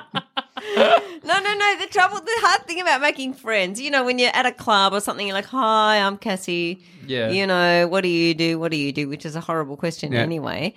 C: No, no, no. The trouble, the hard thing about making friends, you know, when you're at a club or something, you're like, "Hi, I'm Cassie."
B: Yeah.
C: You know, what do you do? What do you do? Which is a horrible question
G: Yeah.
C: anyway.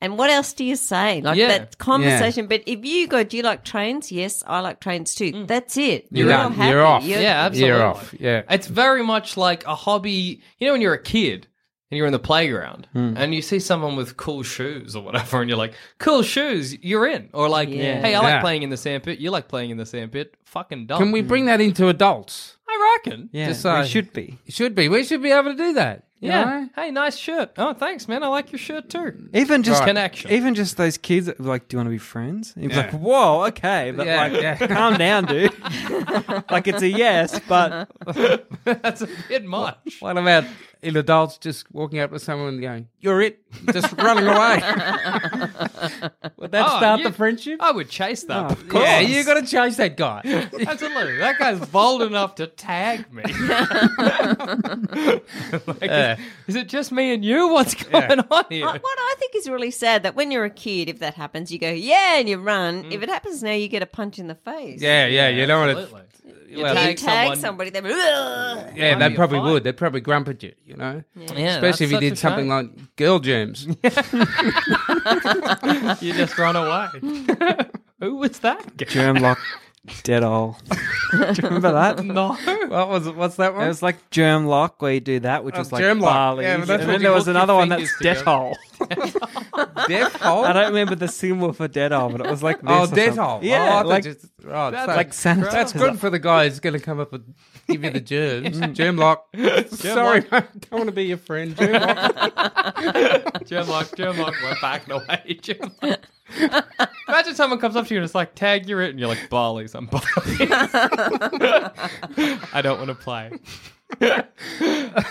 C: And what else do you say? Like
B: Yeah.
C: that conversation. But if you go, "Do you like trains?" Yes, I like trains too. That's it.
G: You're
C: all
G: done.
C: happy.
G: You're off.
C: You're-
B: Yeah, absolutely.
G: You're off. Yeah.
B: It's very much like a hobby. You know, when you're a kid and you're in the playground and you see someone with cool shoes or whatever, and you're like, cool shoes, you're in. Or like,
C: Yeah.
B: hey, I like
G: Yeah.
B: playing in the sandpit. You like playing in the sandpit. Fucking dumb.
G: Can we bring that into adults?
B: I reckon.
D: Yeah,
G: Just
D: we
G: like-
D: should be.
G: It should be. We should be able to do that. you
B: Yeah.
G: know?
B: Hey, nice shirt. Oh, thanks, man. I like your shirt too.
D: Even just
B: Right. Connection.
D: Even just those kids that were like, "Do you want to be friends?" And he was
G: Yeah.
D: like, "Whoa, okay, but
G: Yeah,
D: like,
G: yeah.
D: calm down, dude. like, it's a yes, but
B: That's a bit much.
G: What about in adults just walking up to someone and going, "You're it," just running away? Would that
B: Oh,
G: start
B: you-
G: the friendship?
B: I would chase that.
D: of
G: yeah, you got to chase that guy.
B: Absolutely. That guy's bold enough to tag me. Like, is, is it just me and you? What's going on here?
C: Uh, what I think is really sad that when you're a kid, if that happens, you go, yeah, and you run. If it happens now, you get a punch in the face.
G: Yeah, yeah, you don't want to.
C: If you tag, somebody, they
G: Yeah,
B: Might be
G: they
B: a
G: probably
B: fight.
G: would. They'd probably grump at you, you know?
B: Yeah,
G: Especially if
B: that's
G: you
B: such
G: did
B: a
G: something
B: shame.
G: like girl germs.
B: you just run away. Who was that? guy?
D: germlock, dead all. Do you remember that?
B: No.
G: what was it? What's that
D: It was like germlock where you do that, which was like
G: germlock.
D: barley.
G: Oh, Yeah, but that's
D: and
G: what
D: then
G: you
D: there
B: hook
D: was
B: your
D: another one
B: fingers together.
D: that's Dettol.
G: Death hole?
D: I don't remember the symbol for Dettol, but it was like this.
G: Oh,
D: or something.
G: death hole. Oh, I
D: Yeah,
G: thought
D: like
G: just- right,
B: That's
G: so
D: like sanitizer.
G: That's good for the guy who's going to come up and give you the germs. Germ lock. Sorry, I don't want to be your friend. Germ lock.
B: Germlock, Germlock, we're backing away. Germlock. Imagine someone comes up to you and it's like, tag, you're it. And you're like, Barley's, I'm Barley's. I don't want to play.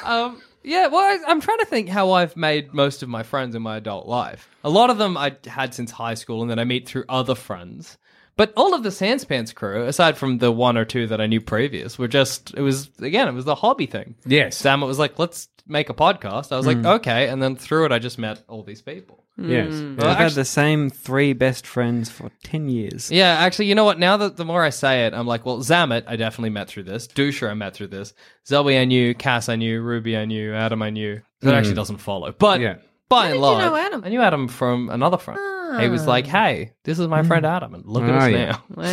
B: um, yeah, well, I, I'm trying to think how I've made most of my friends in my adult life. A lot of them I had since high school and then I meet through other friends. But all of the Sanspants crew, aside from the one or two that I knew previous, were just, it was, again, it was the hobby thing.
G: Yes.
B: Sam was like, let's make a podcast. I was
G: Mm.
B: like, okay. And then through it, I just met all these people.
G: Yes.
D: I've
B: Well,
D: had the same three best friends for 10 years.
B: Yeah, actually, you know what? Now that the more I say it, I'm like, well, Zamet, I definitely met through this. Dusha, I met through this. Zelby, I knew. Cass, I knew. Ruby, I knew. Adam, I knew. That actually doesn't follow. But
G: Mm. Yeah.
B: by and
C: did you
B: large,
C: know Adam? Ah.
B: I knew Adam from another friend. He was like, hey, this is my friend Adam, and look at
G: Oh,
B: us
G: yeah.
B: now.
C: wow.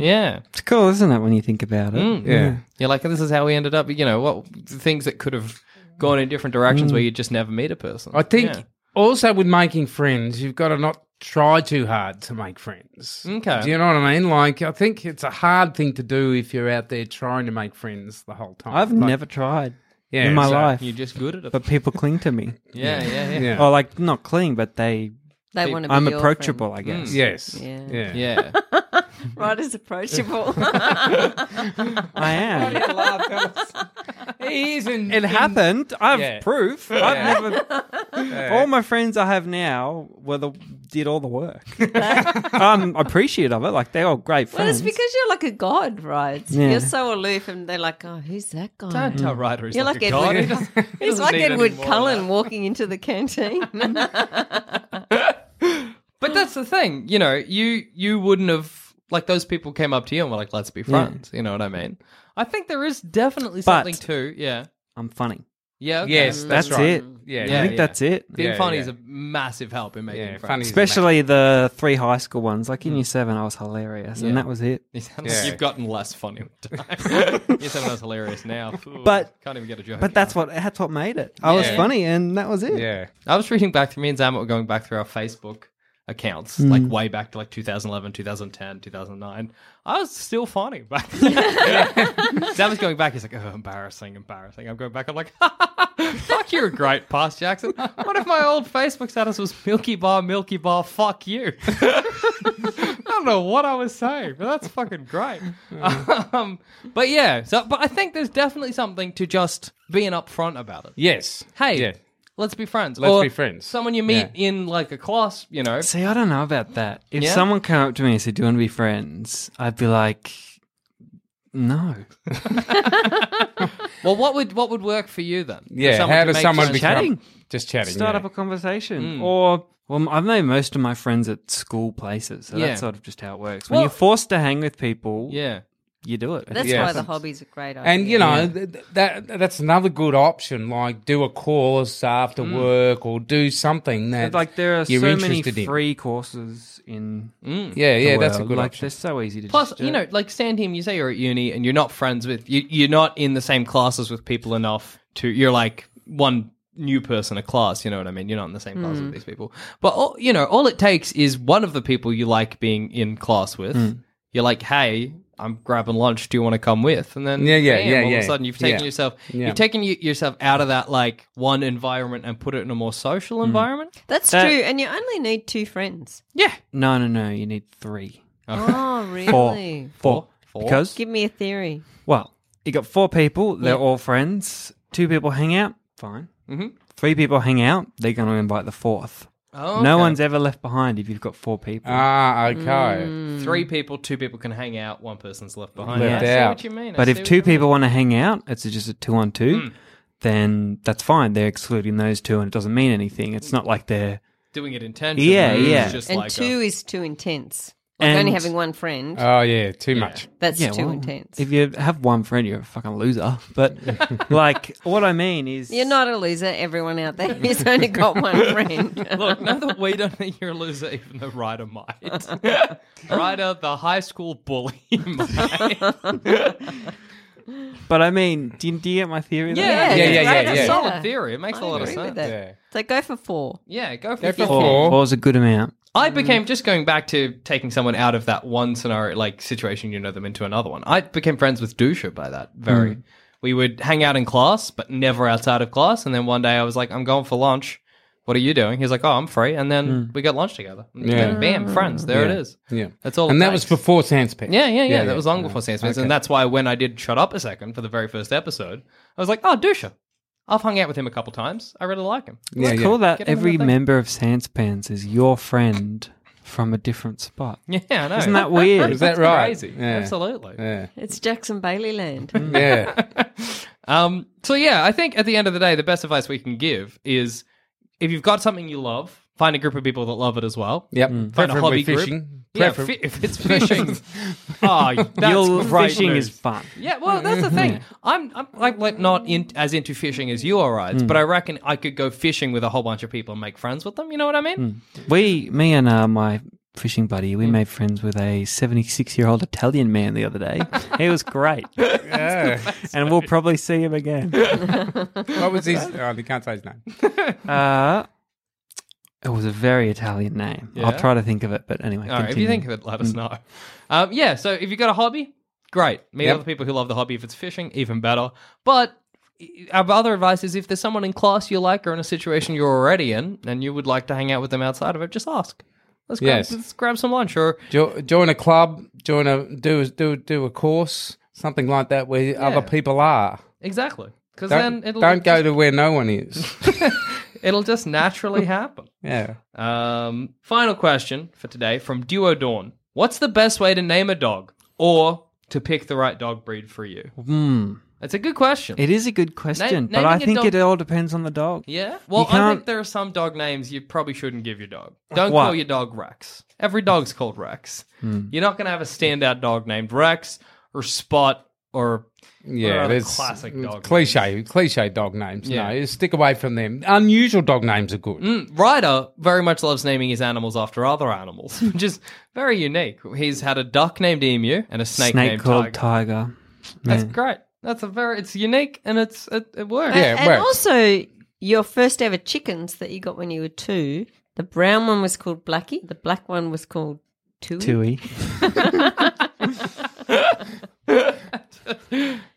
B: yeah. Mm.
D: It's cool, isn't it, when you think about it?
G: Yeah.
B: You're like, this is how we ended up. You know, what things that could have gone in different directions where you just never meet a person.
G: Mm. I think
B: Yeah.
G: also with making friends, you've got to not try too hard to make friends.
B: Okay.
G: Do you know what I mean? Like, I think it's a hard thing to do if you're out there trying to make friends the whole time.
D: I've
G: Like,
D: never tried
G: yeah,
D: in my
G: so-
D: life,
B: You're just good at it.
D: but people cling to me.
B: yeah, yeah, yeah.
G: Yeah.
D: Or, like, not cling, but they.
C: They want to be
D: I'm
C: your
D: approachable,
C: friend.
D: I guess.
G: Yes.
C: Yeah.
G: Yeah.
B: Yeah.
C: Right as approachable.
D: I am.
G: He is in,
D: It happened. I have
G: Yeah.
D: proof. I've
G: Yeah.
D: never. All my friends I have now were the did all the work. I'm appreciative of it. Like they're all great
C: well, it's
D: friends.
C: because you're like a god, right?
D: Yeah.
C: You're so aloof, and they're like, oh, who's that guy?
B: Don't tell Ryder he's
C: You're
B: like,
C: like
B: a god.
C: Edward.
B: He doesn't- he
C: He's
B: doesn't
C: like
B: need any
C: Edward
B: more of that.
C: Cullen walking into the canteen.
B: But that's the thing, you know, you you wouldn't have like those people came up to you and were like, "Let's be friends." You know what I mean? I think there is definitely
D: But-
B: something to yeah,
D: I'm funny.
B: yeah. okay.
G: Yes, that's,
D: That's,
G: right.
D: it.
G: Yeah,
D: I
B: Yeah,
D: think
B: yeah.
D: that's it.
B: being
G: yeah,
B: funny is
G: yeah.
B: a massive help in making
G: Yeah,
B: friends.
G: funny.
D: Especially the three high school ones. Like in year seven, I was hilarious,
B: Yeah.
D: and that was it.
B: You sound like
G: Mm. Yeah.
B: You've gotten less funny with time. you sound that's hilarious now, Ooh,
D: But-
B: can't even get a joke.
D: But that's what that's what made it. I was
G: Yeah.
D: funny, and that was it.
G: Yeah.
B: I was reading back through me and Zamet were going back through our Facebook accounts, like way back to like 2011, 2010, 2009. I was still funny back then. Zamet's going back. He's like, oh, embarrassing, embarrassing. I'm going back. I'm like, fuck, you're a great past, Jackson. What if my old Facebook status was Milky Bar, Milky Bar, fuck you? I don't know what I was saying, but that's fucking great. Um, but yeah, so but I think there's definitely something to just being upfront about it
G: Yes.
B: hey,
G: Yeah.
B: Let's be friends.
G: Let's
B: Or
G: be friends.
B: Someone you meet in like a class, you know.
D: See, I don't know about that. If
B: Yeah?
D: someone came up to me and said, "Do you want to be friends?" I'd be like, "No."
B: Well, what would what would work for you then? For
G: Yeah,
B: someone
G: how
B: to
G: does
B: make
G: someone
B: friends-
G: become
D: Chatting.
G: just chatting?
D: Start
G: yeah.
D: up a conversation, or well, I've made most of my friends at school places, so
B: Yeah.
D: that's sort of just how it works. When
B: Well-
D: you're forced to hang with people,
B: Yeah.
D: you do it.
C: That's
G: Yeah.
C: why the hobbies are great. Idea.
G: And you know th- th- that that's another good option. Like do a course after
B: Mm.
G: work or do something that
D: like there are
G: you're
D: so many
G: interested in.
D: free courses in.
G: Yeah, yeah, that's a
D: world.
G: good
D: like,
G: option.
D: They're so easy to
B: Plus,
D: just do.
B: you know, like Sam Tim, you say you're at uni and you're not friends with you. You're not in the same classes with people enough to. You're like one new person a class. You know what I mean? You're not in the same class
G: Mm.
B: with these people. But all, you know, all it takes is one of the people you like being in class with.
G: Mm.
B: You're like, hey. I'm grabbing lunch. Do you want to come with? And then
G: Yeah, yeah,
B: bam,
G: yeah,
B: All
G: yeah.
B: of a sudden, you've taken
G: Yeah.
B: yourself,
G: Yeah.
B: you've taken y- yourself out of that like one environment and put it in a more social
G: Mm.
B: environment.
C: That's
D: That-
C: true. And you only need two friends.
B: Yeah,
D: no, no, no. You need three,
C: Oh,
D: four,
C: really?
D: four,
B: Four?
D: because
C: Give me a theory.
D: well, you got four people. They're all friends. Two people hang out. Fine.
B: Mhm.
D: Three people hang out. They're going to invite the fourth.
B: oh,
D: No
B: okay.
D: one's ever left behind if you've got four people.
G: Ah, okay.
D: Mm.
B: three people, two people can hang out, one person's left behind.
G: Left
B: I see
G: out.
B: what you mean. I
D: But
B: see
D: if
B: what
D: two
B: you mean.
D: people want to hang out, it's just a two on two,
C: Hmm.
D: then that's fine. They're excluding those two and it doesn't mean anything. It's not like they're.
B: doing it intentionally,
D: Yeah, yeah.
B: it's just
C: And
B: like a-
C: two is too intense. Like
D: And-
C: only having one friend,
G: Oh yeah, too much.
C: that's
D: Yeah,
C: too
D: well,
C: intense.
D: If you have one friend, you're a fucking loser. But, like, what I mean is.
C: You're not a loser, everyone out there. He's only got one friend.
B: Look, now that we don't think you're a loser, even though Ryder might. Ryder, the high school bully. might.
D: But I mean, do you, do you get my theory? there?
C: Yeah,
G: yeah, yeah,
B: That's
G: yeah.
B: a solid
C: Yeah.
B: theory. It makes a
C: I
B: lot of
C: agree with
B: sense.
C: that.
G: Yeah.
C: So go for four.
B: Yeah, go for
G: Go
B: it.
G: for
D: Four.
G: four.
D: Four's a good amount.
B: I became just going back to taking someone out of that one scenario, like situation, you know them into another one. I became friends with Dusha by that. Very, we would hang out in class, but never outside of class. And then one day I was like, "I'm going for lunch. What are you doing?" He's like, "Oh, I'm free." And then we got lunch together. And
G: Yeah.
B: then bam, friends. There
G: Yeah.
B: it is.
G: Yeah,
B: that's all.
G: And
B: it
G: that was
B: takes.
G: before Sans Pants.
B: Yeah, yeah, yeah.
G: Yeah,
B: That
G: yeah.
B: was long before Sam Smith,
G: Okay.
B: and that's why when I did shut up a second for the very first episode, I was like, "Oh, Dusha." I've hung out with him a couple times. I really like him.
G: yeah,
D: It's
G: yeah.
D: cool that
B: Get on
D: every
B: with it.
D: member of Sanspans is your friend from a different spot.
B: Yeah, I know.
D: Isn't that weird?
G: Is that right?
B: crazy?
G: Yeah.
B: Absolutely.
G: Yeah.
C: It's Jackson Bailey land.
G: Yeah.
B: Um, so yeah, I think at the end of the day, the best advice we can give is if you've got something you love, find a group of people that love it as well.
G: Yep.
B: Find a
G: Preferably
B: hobby group.
G: fishing.
B: Yeah,
G: Prefer-
B: fi- if it's fishing, oh, that's
D: You'll-
B: great
D: fishing
B: news.
D: is fun.
B: Yeah, well, that's the thing. I'm, I'm like, like not in, as into fishing as you are,
G: Hmm.
B: right? But I reckon I could go fishing with a whole bunch of people and make friends with them. You know what I
G: Hmm.
B: mean?
D: We, me and uh, my fishing buddy,
B: Hmm.
D: we made friends with a 76 year old Italian man the other day. he was great.
G: Yeah.
D: and we'll probably see him again.
G: what was his? Oh, you can't say his name.
D: Uh, it was a very Italian name.
B: Yeah?
D: I'll try to think of it, but anyway.
B: All right, if you
D: continue.
B: think of it, let
G: Hmm.
B: us know. Um, yeah, so if you've got a hobby, great. Meet
G: Yep.
B: other people who love the hobby. If it's fishing, even better. But our other advice is if there's someone in class you like or in a situation you're already in and you would like to hang out with them outside of it, just ask. Let's grab,
G: Yes.
B: let's grab some lunch or
G: Jo- join a club. Join a do do do a course. Something like that where other people are.
B: exactly because
G: Don't,
B: then it'll
G: don't go
B: just,
G: to where no one is.
B: it'll just naturally happen.
G: yeah.
B: Um, final question for today from Duo Dawn: What's the best way to name a dog or to pick the right dog breed for you?
D: Hmm.
B: That's a good question.
D: It is a good question, but
B: naming
D: I
B: a
D: think
B: dog-
D: it all depends on the dog.
B: Yeah. Well, I
D: can't-
B: think there are some dog names you probably shouldn't give your dog. Don't
D: What? Hmm.
B: call your dog Rex. Every dog's called Rex. You're not going to have a standout dog named Rex or Spot or What
G: Yeah,
B: are the
G: there's
B: classic dog
G: cliche, cliche dog names.
B: Yeah. Mm.
G: No, stick away from them. Unusual dog names are good.
B: Hmm, Ryder very much loves naming his animals after other animals, which is very unique. He's had a duck named Emu and a snake,
D: Snake,
B: named
D: called
B: Tiger.
D: Tiger.
B: That's great. That's a very it's unique and it's it, it works.
G: Yeah, it
C: and
G: works.
C: also, your first ever chickens that you got when you were two, the brown one was called Blackie, the black one was called Tui.
D: Tui.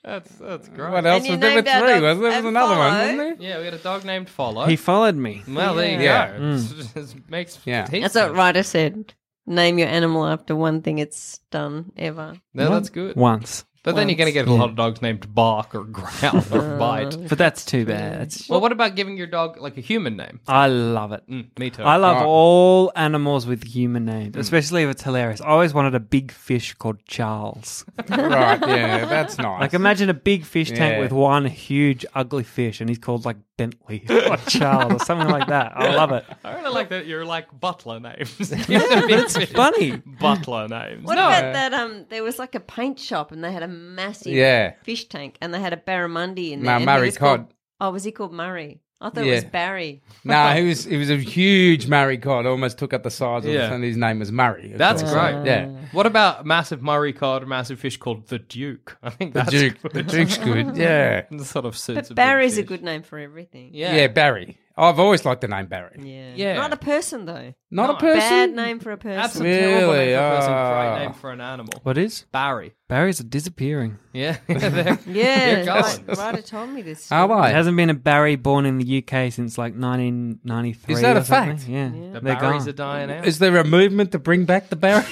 B: That's that's great.
G: What else
C: And you
G: was there?
C: named our
G: Three,
C: dog
G: wasn't there? There was
C: and
G: another one,
C: Follow.
G: wasn't there?
B: Uh, Yeah, we had a dog named Follow.
D: He followed me.
B: well, there you
G: Yeah. Mm.
B: go. It makes
G: Yeah.
B: heaps
C: That's
B: of
C: what Ryder said. Name your animal after one thing it's done ever.
B: No, that's good.
D: Once.
B: But then you're going to get a lot of dogs named bark or growl
C: Uh.
B: or bite.
D: But that's too bad. It's-
B: Well, what about giving your dog like a human name?
D: I love it.
B: Mm, me too.
D: I love
G: Right.
D: all animals with human
G: Mm.
D: names, especially if it's hilarious. I always wanted a big fish called Charles.
G: right, yeah, that's nice.
D: Like, imagine a big fish tank
G: Yeah.
D: with one huge, ugly fish, and he's called like Bentley or Charles or something like that. I love it.
B: I really like that you're like butler names.
D: It's funny.
B: butler names.
C: What
B: no,
C: about that? Um, there was like a paint shop, and they had a massive
G: Yeah.
C: fish tank, and they had a barramundi in there.
G: No,
C: and he
G: Murray
C: was called-
G: cod.
C: oh, was he called Murray? I thought it was
G: Yeah.
C: Barry.
G: no, he was he was a huge Murray cod. Almost took up the size of
B: Yeah.
G: yeah. and his name was Murray. of
B: That's
G: course.
B: great.
G: Yeah,
B: What about massive Murray cod, a massive fish called the Duke? I think
G: the
B: that's
G: Duke.
B: good.
G: The Duke's good. Yeah,
B: It sort of suits.
C: But Barry's a
B: big
C: good name for everything.
B: fish.
G: yeah. Barry. I've always liked the name Barry.
C: Yeah.
B: Yeah.
C: Not a person though.
G: Not
B: No.
G: a person.
C: Bad name for a person.
B: Absolutely terrible
G: Really?
B: name for a person, great
G: Ah.
B: name for an animal.
D: What is?
B: Barry.
D: Barry's disappearing.
B: Yeah. there.
C: Yeah.
B: You're going.
C: right- Ryder told me this.
G: Are
D: It
G: they?
D: hasn't been a Barry born in the UK since like 1993.
G: Is that
D: or
G: a
D: something.
G: fact?
D: Yeah.
B: The
D: They're
B: Barrys
D: gone.
B: are dying out.
G: Is there a movement to bring back the Barry?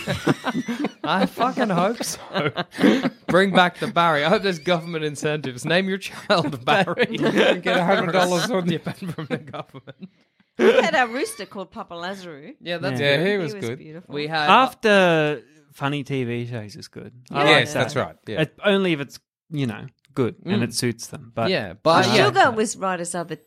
B: I fucking hope so. Bring back the Barry. I hope there's government incentives. Name your child Barry.
G: Get a hundred dollars on you.
B: from the government.
C: We had our rooster called Papa Lazaru.
B: Yeah, that's
D: Yeah.
B: good.
G: Yeah, he was, good.
C: Beautiful.
B: We had uh,
D: After funny TV shows is good. I like
G: yes,
D: that.
G: that's right. Yeah. Mm.
D: It- only if it's, you know, good and it suits them. But
B: yeah, but
D: Uh,
B: yeah,
C: Sugar was Ryder's other.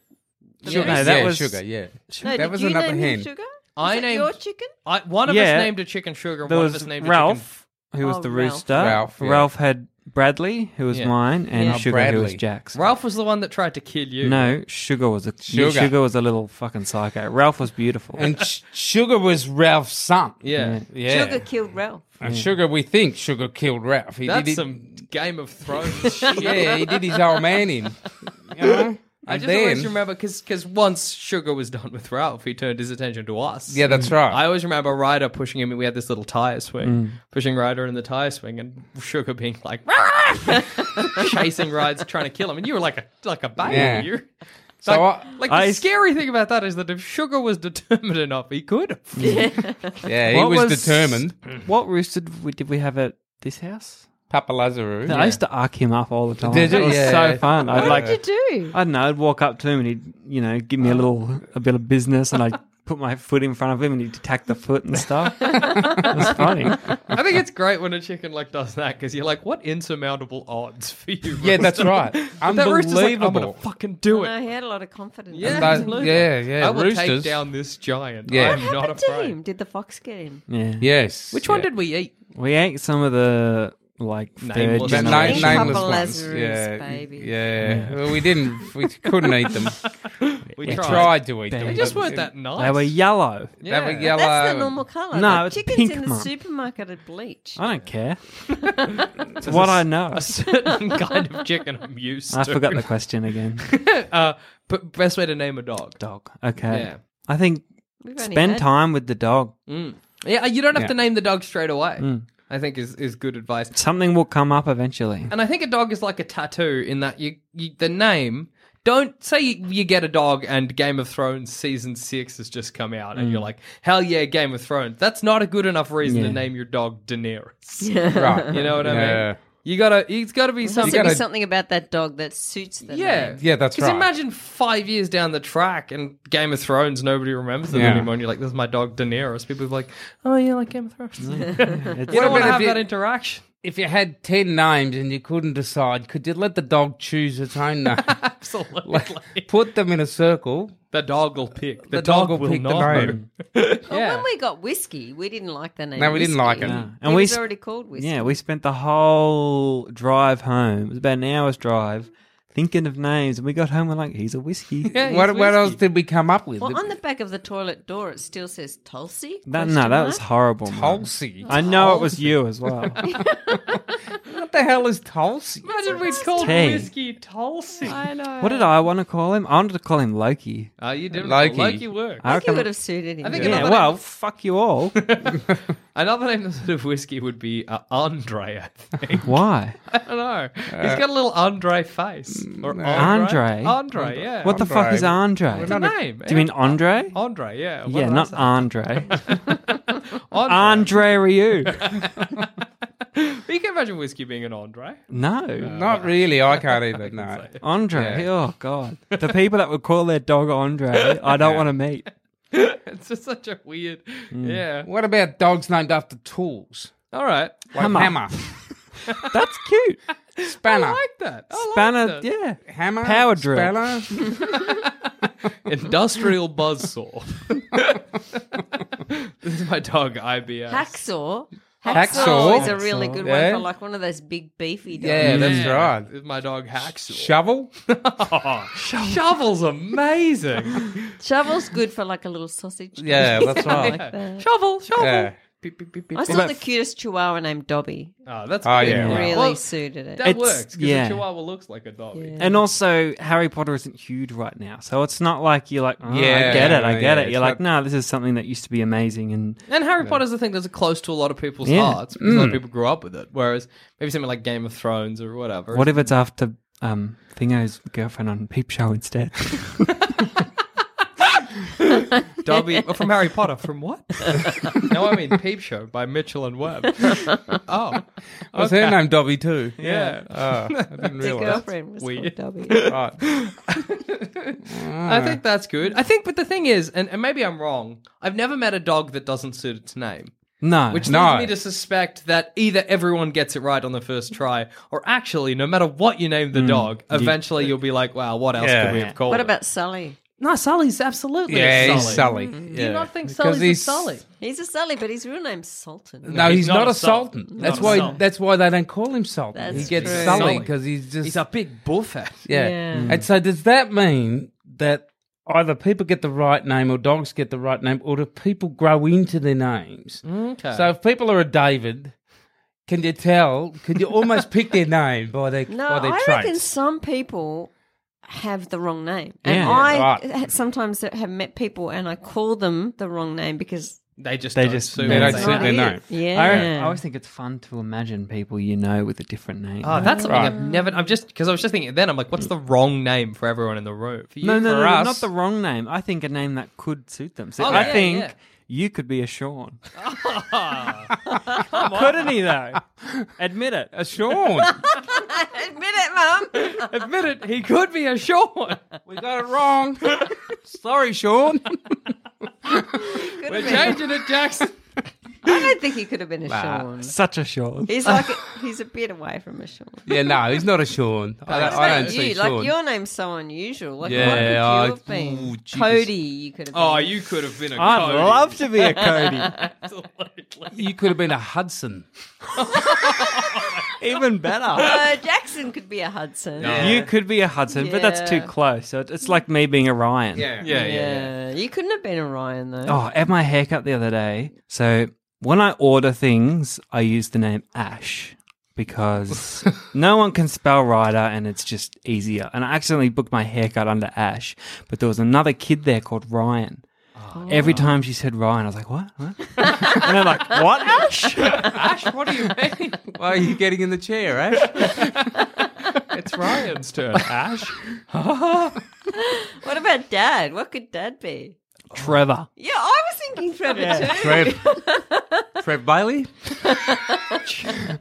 B: Sugar.
D: No, that
G: yeah,
D: was-
G: sugar. Yeah,
C: No,
G: that
C: did
G: was
C: you
G: another
C: name
G: hen.
C: him Sugar?
B: I
C: Is that
B: named-
C: your chicken.
B: I, one of
D: Yeah.
B: us named a chicken sugar, and
D: There
B: one
D: was
B: of us named a chicken.
D: Ralph, who was
C: Oh,
D: the
C: Ralph.
D: rooster.
G: Ralph, yeah.
D: Ralph had Bradley, who was
B: Yeah.
D: mine, and
C: Yeah.
D: Sugar, who was
G: Bradley.
D: Jack's.
B: Ralph was the one that tried to kill you.
D: No, Sugar was a Sugar.
G: Sugar.
D: was a little fucking psycho. Ralph was beautiful.
G: And sh- sugar was Ralph's son.
B: Yeah.
G: Yeah.
C: Sugar killed Ralph.
G: And sugar, we think sugar killed Ralph. He
B: That's
G: did it-
B: some Game of Thrones shit.
G: yeah, he did his old man in. You know?
B: I
G: And
B: just
G: then,
B: always remember because once Sugar was done with Ralph, he turned his attention to us.
G: yeah, that's right.
B: I always remember Ryder pushing him. We had this little tire swing,
G: Mm.
B: pushing Ryder in the tire swing, and Sugar being like "Rah!" chasing Ryder, trying to kill him. And you were like a like a baby.
G: Yeah.
B: You,
G: so
B: like,
G: I,
B: like the
D: I-
B: scary thing about that is that if Sugar was determined enough, he could. have.
G: yeah, he
D: What
G: was, determined.
D: What rooster did we, did we have at this house?
G: Papa Lazarus.
D: I used to arc him up all the time.
G: Did you?
D: It was
G: Yeah.
D: so fun. I'd like,
C: What did you do?
D: I don't know, I'd walk up to him and he'd, you know, give
G: Oh.
D: me a little, a bit of business and I'd put my foot in front of him and he'd attack the foot and stuff. it was funny.
B: I think it's great when a chicken like does that because you're like, what insurmountable odds for you?
G: yeah, that's
B: Rooster?
G: right.
B: But That rooster's like, I'm gonna
G: Unbelievable.
B: fucking do
C: No,
B: it.
C: he had a lot of confidence.
B: Yeah,
G: But-
B: absolutely.
G: yeah, yeah.
B: I will
G: roosters.
B: take down this giant.
G: Yeah.
B: I'm
C: What
B: not
C: happened to
B: afraid.
C: him? Did the fox get him?
D: Yeah.
G: Yes.
B: Which one did we eat?
D: We ate some of the, like, third
B: Nameless.
G: The
B: That
D: generation.
G: na-
C: Nameless.
G: nameless
C: Papa
G: ones.
C: Lazarus,
G: yeah,
C: baby.
G: yeah. Well, we didn't. We couldn't eat them.
B: We,
G: We
B: tried.
G: tried to eat them.
B: They just
G: but-
B: weren't that nice.
D: They were yellow.
G: They
B: Yeah.
G: were yellow.
C: That's the normal colour.
D: No,
C: the
D: it's
C: chickens
D: pink,
C: in the
D: Mum. Uh,
C: supermarket are bleached.
D: I don't care. it's what I know.
B: a certain kind of chicken I'm used
D: I
B: to.
D: forgot the question again.
B: Uh, but best way to name a dog.
D: Dog. Okay.
B: Yeah.
D: I think
C: We've only
D: spend
C: had-
D: time with the dog.
B: Yeah, uh, you don't have
G: Yeah.
B: to name the dog straight away. I think is is good advice.
D: Something will come up
C: Oh,
D: eventually.
B: And I think a dog is like a tattoo in that you, you the name. Don't say you, you get a dog and Game of Thrones season six has just come out and you're like, hell yeah, Game of Thrones. That's not a good enough reason to
D: Yeah.
B: name your dog Daenerys.
G: Right.
B: You know what I mean?
G: Yeah.
B: You gotta, it's gotta be
C: Has
B: something.
C: to be
G: gotta-
C: something about that dog that suits them. eh?
B: Yeah,
G: Yeah, that's
B: Because
G: right.
B: imagine five years down the track and Game of Thrones, nobody remembers it
G: Yeah.
B: anymore, and you're like, "This is my dog Daenerys." People are like, "Oh yeah, like Game of Thrones."
D: It's-
B: You don't want to
G: about
B: have
G: if you-
B: that interaction.
G: If you had ten names and you couldn't decide, could you let the dog choose its own name?
B: Absolutely,
G: Put them in a circle.
B: the dog will pick. The,
G: The
B: dog,
G: dog will
B: will
G: pick the
B: not
G: name.
B: know.
C: Well,
B: yeah.
C: when we got whiskey, we didn't like the name.
G: No, we didn't like
C: Whiskey.
G: it.
D: No.
C: And
D: And
C: we
D: we
C: was
D: sp-
C: already called whiskey.
D: yeah, we spent the whole drive home. It was about an hour's drive thinking of names. And we got home and like, he's a whiskey.
B: Yeah, he's
G: what, what
B: whiskey.
G: else did we come up with?
C: Well, on the back of the toilet door, it still says Tulsi.
D: That,
C: question
D: no, that
C: mark.
D: was horrible. man.
G: Tulsi.
D: I know it was you as well.
G: What the hell is Tulsi?
B: Imagine we called
D: Tea.
B: whiskey Tulsi.
C: I know.
D: what did I want to call him? I wanted to call him Loki.
B: Oh, you did
G: Loki.
B: Loki. Loki worked.
D: I
C: I think it
D: reckon-
C: would have suited him.
B: I think
C: better.
D: yeah,
B: another
D: well, fuck you all.
B: Another name that's sort of whiskey would be uh, Andre. I think.
D: Why?
B: I don't know. He's
G: Uh,
B: got a little Andre face or
D: Andre?
B: Andre. Andre, yeah.
D: What the fuck is Andre?
B: It's a name?
D: Do you mean Andre?
B: Andre? Yeah. What
D: yeah,
B: did I
D: not
B: say?
D: Andre.
B: Andre.
D: Andre Ryu.
B: But you can imagine whiskey being an Andre.
D: No.
G: Not really. I can't either. No.
D: Andre. Oh, God. The people that would call their dog Andre, I don't want to meet.
B: It's just such a weird.
G: Hmm.
B: Yeah.
G: What about dogs named after tools?
B: All right.
G: Like
D: Hammer.
G: hammer,
D: That's cute.
G: spanner,
B: I like that. I
D: Banner,
B: like that.
D: yeah.
G: hammer,
D: Power drill.
G: spanner.
B: Industrial buzzsaw. this is my dog, IBS.
C: Hacksaw.
G: Hacksaw.
C: is a really good one
G: Yeah.
C: for like one of those big beefy dogs.
G: Yeah, that's
B: Yeah.
G: right.
B: This is my dog, Hacksaw.
G: Shovel.
B: Shovel's amazing.
C: Shovel's good for like a little sausage.
G: Yeah, that's right.
C: Like
B: shovel, shovel.
G: Yeah.
B: Beep, beep, beep, beep.
C: I saw the cutest chihuahua named Dobby.
B: Oh, that's
G: Oh
B: good.
G: yeah. right.
C: Really
B: Well,
C: suited it.
B: That
D: It's-
B: works because
D: yeah.
B: a chihuahua looks like a dog.
D: And also, Harry Potter isn't huge right now. So it's not like you're like, oh, I
G: Yeah,
D: get it, I
G: yeah,
D: get it.
G: it's
D: You're like,
G: not-
D: no, this is something that used to be amazing. And
B: And Harry Potter's the thing that's close to a lot of people's
D: Yeah.
B: hearts because
G: Mm.
B: a lot of people grew up with it. Whereas maybe something like Game of Thrones or whatever.
D: what if it's after um, Thingo's girlfriend on Peep Show instead?
B: Dobby oh, from Harry Potter? From what? no, I mean Peep Show by Mitchell and Webb. oh,
G: Was her name Dobby too?
B: yeah.
G: Oh, I didn't
C: The
G: realize.
C: girlfriend was
B: weird.
C: called Dobby.
G: Right.
B: I think that's good. I think, but the thing is, and, and maybe I'm wrong. I've never met a dog that doesn't suit its name,
D: No.
B: which
G: No.
B: leads me to suspect that either everyone gets it right on the first try, or actually, no matter what you name the dog, eventually you'll be like, "Wow, what else
G: Yeah.
B: could we have called?"
C: What
B: it?
C: about Sully?
B: no? Sully's absolutely
G: Yeah,
B: a
G: he's Sully.
B: Do you
G: Yeah.
B: not think
G: Because
B: Sully's a
G: he's-
B: Sully?
C: He's a Sully, but his real name's Sultan.
G: No, he's, not, a sultan.
B: sultan.
G: That's
B: Not a
G: why.
B: sultan.
G: That's why they don't call him sultan. he
C: That's
G: gets
C: true.
G: sully Mm.
B: Sully.
G: because he's just
B: He's a big bullfat.
G: yeah.
C: Yeah.
G: And so, does that mean that either people get the right name, or dogs get the right name, or do people grow into their names?
B: Okay.
G: So, if people are a David, can you tell? Can you almost pick their name by their
C: No,
G: by their
C: I
G: traits?
C: reckon some people have the wrong name, and
D: Yeah,
C: I
G: right.
C: ha- sometimes have met people and I call them the wrong name because
B: they just
D: They
B: don't
D: just-
B: suit
D: they
G: they
B: it.
G: don't
C: That's
G: suit
C: not
G: their
C: it.
G: name.
C: yeah,
D: I, I always think it's fun to imagine people you know with a different name.
B: Oh, that's something I've never. I'm just because I was just thinking. Then I'm like, what's the wrong name for everyone in the room? For you,
D: no, no,
B: for
D: no, no,
B: us,
D: not the wrong name. I think a name that could suit them. So
B: Oh,
D: I
B: yeah,
D: think
B: yeah.
D: you could be a Sean. Couldn't he though? Admit it.
G: A Sean.
C: admit it, Mum.
B: Admit it, he could be a Sean.
G: we got it wrong. Sorry, Sean.
B: We're changing it, Jackson.
C: I don't think he could have been a Sean.
D: Such a Sean.
C: He's like a, he's a bit away from a Sean.
G: yeah, no, he's not a Sean. I don't,
C: What
G: I
C: about
G: don't
C: you?
G: see
C: like
G: Sean.
C: your name's so unusual. Like,
G: Yeah,
C: what could you
G: I-
C: have been?
G: ooh, jeepers.
C: Cody, you could have. Been.
B: Oh, you could have been a
D: I'd
B: Cody.
D: love to be a Cody.
B: Absolutely.
G: you could have been a Hudson.
D: Even better.
C: Uh, Jackson could be a Hudson.
B: No.
D: You could be a Hudson, but that's too
C: Yeah.
D: close. So it- it's like me being a Ryan.
B: Yeah, yeah,
C: Yeah.
B: yeah.
C: you couldn't have been a Ryan though.
D: Oh, at my haircut the other day. So when I order things, I use the name Ash because no one can spell Ryder and it's just easier. And I accidentally booked my haircut under Ash, but there was another kid there called Ryan. Every time she said Ryan, I was like, what? what? and they're like, what, Ash?
B: Ash, what do you mean?
G: Why are you getting in the chair, eh?
B: It's Ryan's turn. Ash.
C: What about Dad? What could Dad be?
D: Trevor.
C: Yeah, I was thinking Trevor too.
G: Trev. Trev Bailey.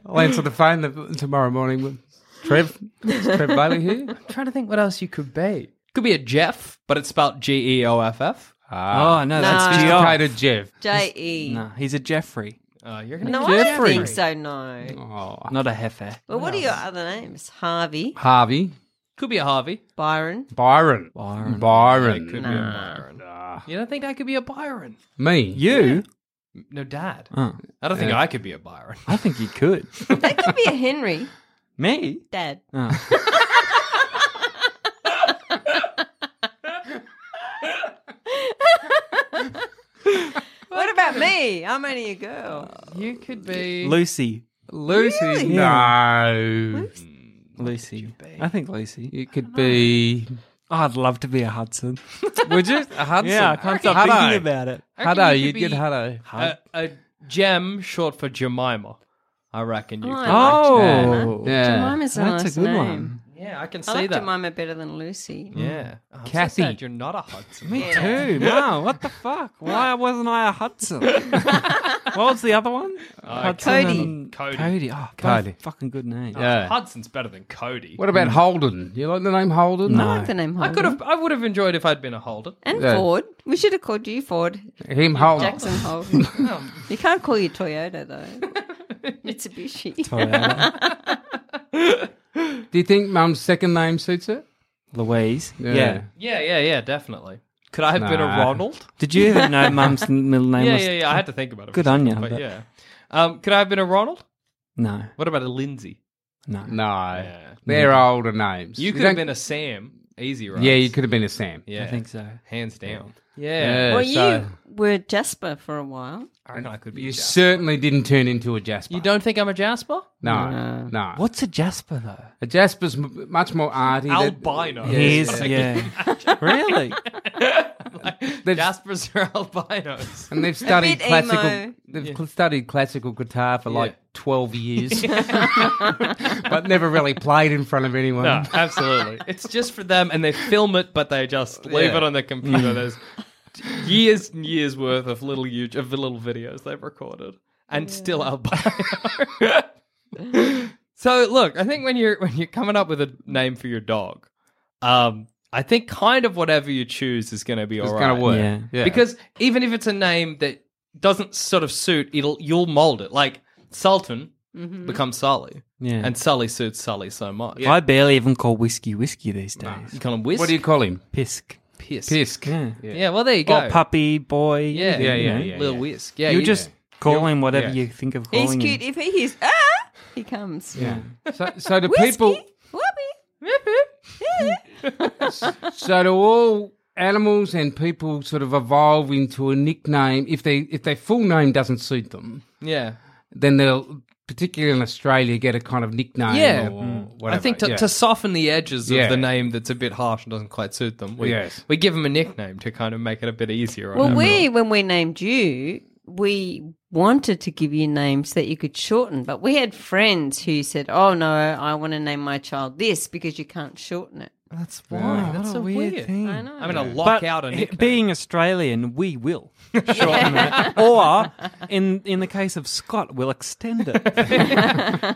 G: I'll answer the phone the, tomorrow morning. with Trev. Is Trev Bailey here?
B: I'm trying to think what else you could be. Could be a Jeff, but it's spelled G E O F F.
D: Oh, no, that's
C: No.
D: Geoff.
G: Potato Ah, Jeff.
C: J E.
D: No, he's a Jeffrey,
B: Uh, you're gonna
C: No,
B: be
C: I don't
G: Jeffrey.
C: think so. No.
G: Oh.
D: not a heifer.
C: Well, what are your other names? Harvey,
G: Harvey.
B: Could be a Harvey.
C: Byron.
G: Byron.
D: Byron.
G: Byron.
B: Could be a Byron. You don't think I could be a Byron?
G: Me.
D: You?
B: No, Dad.
D: Oh,
B: I don't think I could be a Byron.
D: I think you could.
C: That could be a Henry.
D: Me?
C: Dad.
D: Oh.
C: What about me? I'm only a girl.
B: You could be
D: Lucy.
G: Lucy.
C: Really?
G: No.
D: Lucy. I think Lucy.
G: You could be.
D: Oh, I'd love to be a Hudson.
G: Would you? A Hudson.
D: Yeah, I can't stop
G: Hutto.
D: thinking about it.
B: I
G: Hutto.
B: reckon you
G: You'd
B: could
G: get
B: be-
G: Hutto.
B: a, a gem, short for Jemima. I reckon you.
C: Oh,
B: could.
C: I
D: Oh,
C: like
G: Yeah.
C: Jemima's a
D: that's
C: nice
D: a good
C: name.
D: one.
B: yeah. Yeah, I can
C: I
B: see
C: liked
B: that.
C: your mama better than Lucy.
B: Yeah. Oh, I'm so
G: Kathy.
B: sad you're not a Hudson.
D: Me too. No, what the fuck? Why wasn't I a Hudson? what was the other one? Hudson
C: Cody.
D: and-
B: Uh, Cody.
D: Cody. Oh,
G: Cody.
D: Cody. Fucking good name.
G: Yeah.
B: Hudson's better than Cody.
G: What about Holden? You like the name Holden?
C: I like the name
B: I
C: Holden.
B: could have. I would have enjoyed if I'd been a Holden.
C: And
G: Yeah.
C: Ford. We should have called you Ford.
G: Him
B: Oh.
G: Holden.
C: Jackson Holden. you can't call you Toyota though. Mitsubishi.
D: Toyota.
G: Do you think Mum's second name suits her?
D: Louise. Yeah.
B: Yeah, yeah, yeah, definitely. Could I have been a
G: Nah.
B: Ronald?
D: Did you even know Mum's middle name
B: Yeah,
D: was?
B: yeah, yeah. I had to think about it.
D: Good on you.
B: But,
D: but-
B: yeah. Um, could I have been a Ronald?
D: No,
B: What about a Lindsay?
D: no.
G: No.
B: Yeah.
G: They're older names.
B: You could have
G: don't-
B: been a Sam. Easy, right?
G: Yeah, you could have been a Sam.
B: Yeah,
D: I think so.
B: hands down.
G: Yeah,
B: Yeah,
C: Well,
G: Uh, so-
C: you were Jasper for a while.
B: I reckon I could be.
G: You
B: a Jasper.
G: certainly didn't turn into a Jasper.
B: You don't think I'm a Jasper?
G: No, no.
D: What's a Jasper though?
G: A Jasper's m- much more arty. They're-
B: Albino.
D: He is, yeah. really?
G: They've-
B: Jaspers are albinos.
G: And they've studied
C: bit emo.
G: classical. They've cl- studied classical guitar for
B: Yeah.
G: like twelve years, but never really played in front of anyone.
B: No, absolutely. Um, It's just for them, and they film it, but they just leave
G: Yeah.
B: it on their computer. There's years and years worth of little huge, of little videos they've recorded, and still albino. so look, I think when you're when you're coming up with a name for your dog, um, I think kind of whatever you choose is going to be
G: it's
B: all right.
G: gonna work.
D: Yeah.
B: Because even if it's a name that doesn't sort of suit, it'll you'll mold it. Like Sultan becomes Sully,
D: Mm-hmm. Yeah.
B: and Sully suits Sully so much.
D: I barely even call whiskey whiskey these days.
B: You call him Whisk.
G: what do you call Oh, him?
D: Pisk.
B: piss?
G: Pisk.
D: Yeah.
B: Yeah, well, there you go.
D: Or puppy boy.
B: Yeah, Mm-hmm.
G: Yeah,
D: you
G: yeah,
D: know.
G: yeah.
B: Little Whisk. Yeah,
D: You
B: you-
D: just call him whatever
G: yeah.
D: you think of calling
C: He's
D: him.
C: cute. If he hears ah, he comes.
G: Yeah. So, so do
C: Whiskey,
G: people?
C: whoopee.
G: So do all animals and people sort of evolve into a nickname if they if their full name doesn't suit them?
B: yeah.
G: Then they'll, particularly in Australia, get a kind of nickname.
B: Yeah.
G: or
B: Mm.
G: whatever.
B: I think to,
G: yeah.
B: to soften the edges
G: Yeah.
B: of the name that's a bit harsh and doesn't quite suit them, we,
G: Yes.
B: we give them a nickname to kind of make it a bit easier. on
C: Well,
B: everyone.
C: we when we named you, we wanted to give you names that you could shorten, but we had friends who said, "Oh no, I want to name my child this because you can't shorten it."
D: That's why.
B: Yeah.
D: That's
B: That's
D: a
B: so
D: weird,
B: weird.
D: thing.
C: I know.
B: I'm going to lock
D: But
B: out a
D: it-
B: nickname.
D: being Australian, we will shorten it. Or in in the case of Scott, we'll extend it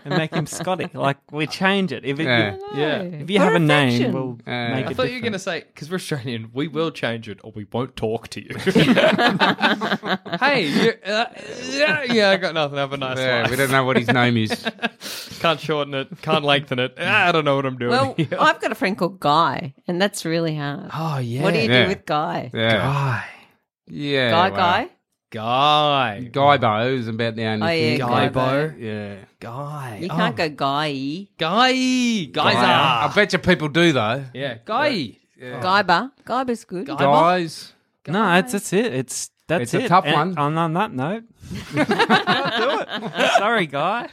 D: and make him Scotty. Like we change it. If it,
G: Yeah.
B: yeah.
D: if you have a name, we'll
G: Yeah.
D: make
G: I
D: it.
B: I thought you were going to
D: different.
B: say, because we're Australian, we will change it or we won't talk to you. hey, you uh, yeah, yeah, I got nothing. Have a nice
G: Yeah,
B: life.
G: we don't know what his name is.
B: Can't shorten it, can't lengthen it. Ah, I don't know what I'm doing.
C: Well,
B: here.
C: I've got a friend called Guy, and that's really hard.
B: oh, yeah.
C: What do you
G: Yeah.
C: do with Guy?
G: Yeah.
B: Guy.
G: Yeah.
C: Guy,
G: well,
C: Guy.
B: Guy.
G: Guybo is about the only
C: Oh, yeah,
G: thing.
C: Guy
B: Guybo.
G: Yeah.
B: Guy.
G: Oh.
C: You can't go Guy.
B: Guy.
G: Guy. I
B: Geyser.
G: bet you people do though.
B: Yeah, Guy.
C: Guyber. Guyber's good.
G: Guys.
D: No, it's that's it. It's that's
G: It's a
D: it.
G: tough
D: And
G: one.
D: On, on that note, I'll do it. Sorry, guy.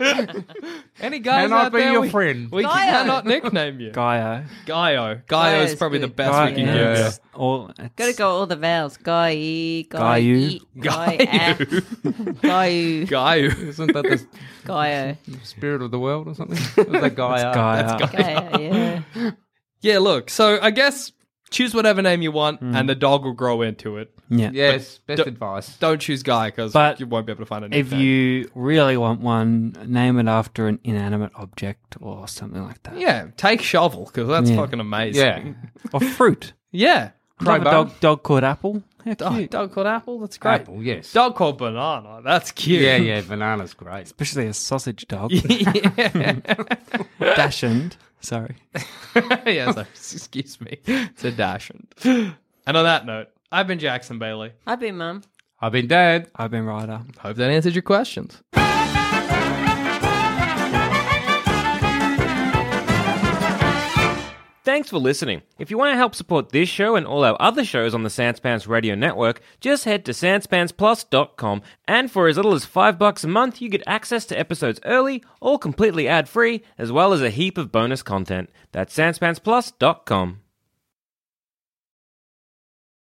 B: Any guys
G: Can I
B: out
G: be
B: there,
G: your
B: we,
G: friend?
B: We
C: Guyo.
B: cannot nickname you.
D: Guyo.
B: Gaio.
C: Guyo
B: Gaio
C: is
B: is probably the
C: good.
B: best
D: Guy-
B: we can
D: yeah,
B: give you.
D: it's all- it's-
C: Got to go all the vowels. Guy, Guy,
D: Guyu.
C: Guy, Guy,
B: Gaio.
G: Isn't that the
C: Guyo.
G: spirit of the world or something? Who's that guy? up?
D: Guyo.
C: Gaia, yeah.
B: Yeah, look. So I guess choose whatever name you want,
G: Hmm.
B: and the dog will grow into it.
D: Yeah.
G: Yes, best
B: d-
G: advice.
B: Don't choose Guy because
D: But
B: you won't be able to find a
D: If
B: nickname.
D: you really want one, name it after an inanimate object or something like that.
B: yeah, take shovel because that's
D: Yeah.
B: fucking amazing.
G: Yeah.
D: Or fruit.
B: yeah.
D: Love a
G: Crowbar.
D: dog, dog called Apple. How
B: Oh,
D: cute.
B: dog called apple. That's great.
G: Apple, yes.
B: Dog called banana. That's cute.
G: Yeah, yeah, banana's great.
D: Especially a sausage dog.
B: yeah.
D: Dashend. Sorry.
B: yeah, so, excuse me. It's a dash. And on that note, I've been Jackson Bailey.
C: I've been mum.
G: I've been dad.
D: I've been Ryder.
B: Hope that answers your questions.
E: Thanks for listening. If you want to help support this show and all our other shows on the Sanspants Radio Network, just head to sanspantsplus.com and for as little as 5 bucks a month, you get access to episodes early, all completely ad-free, as well as a heap of bonus content. That's sanspantsplus.com.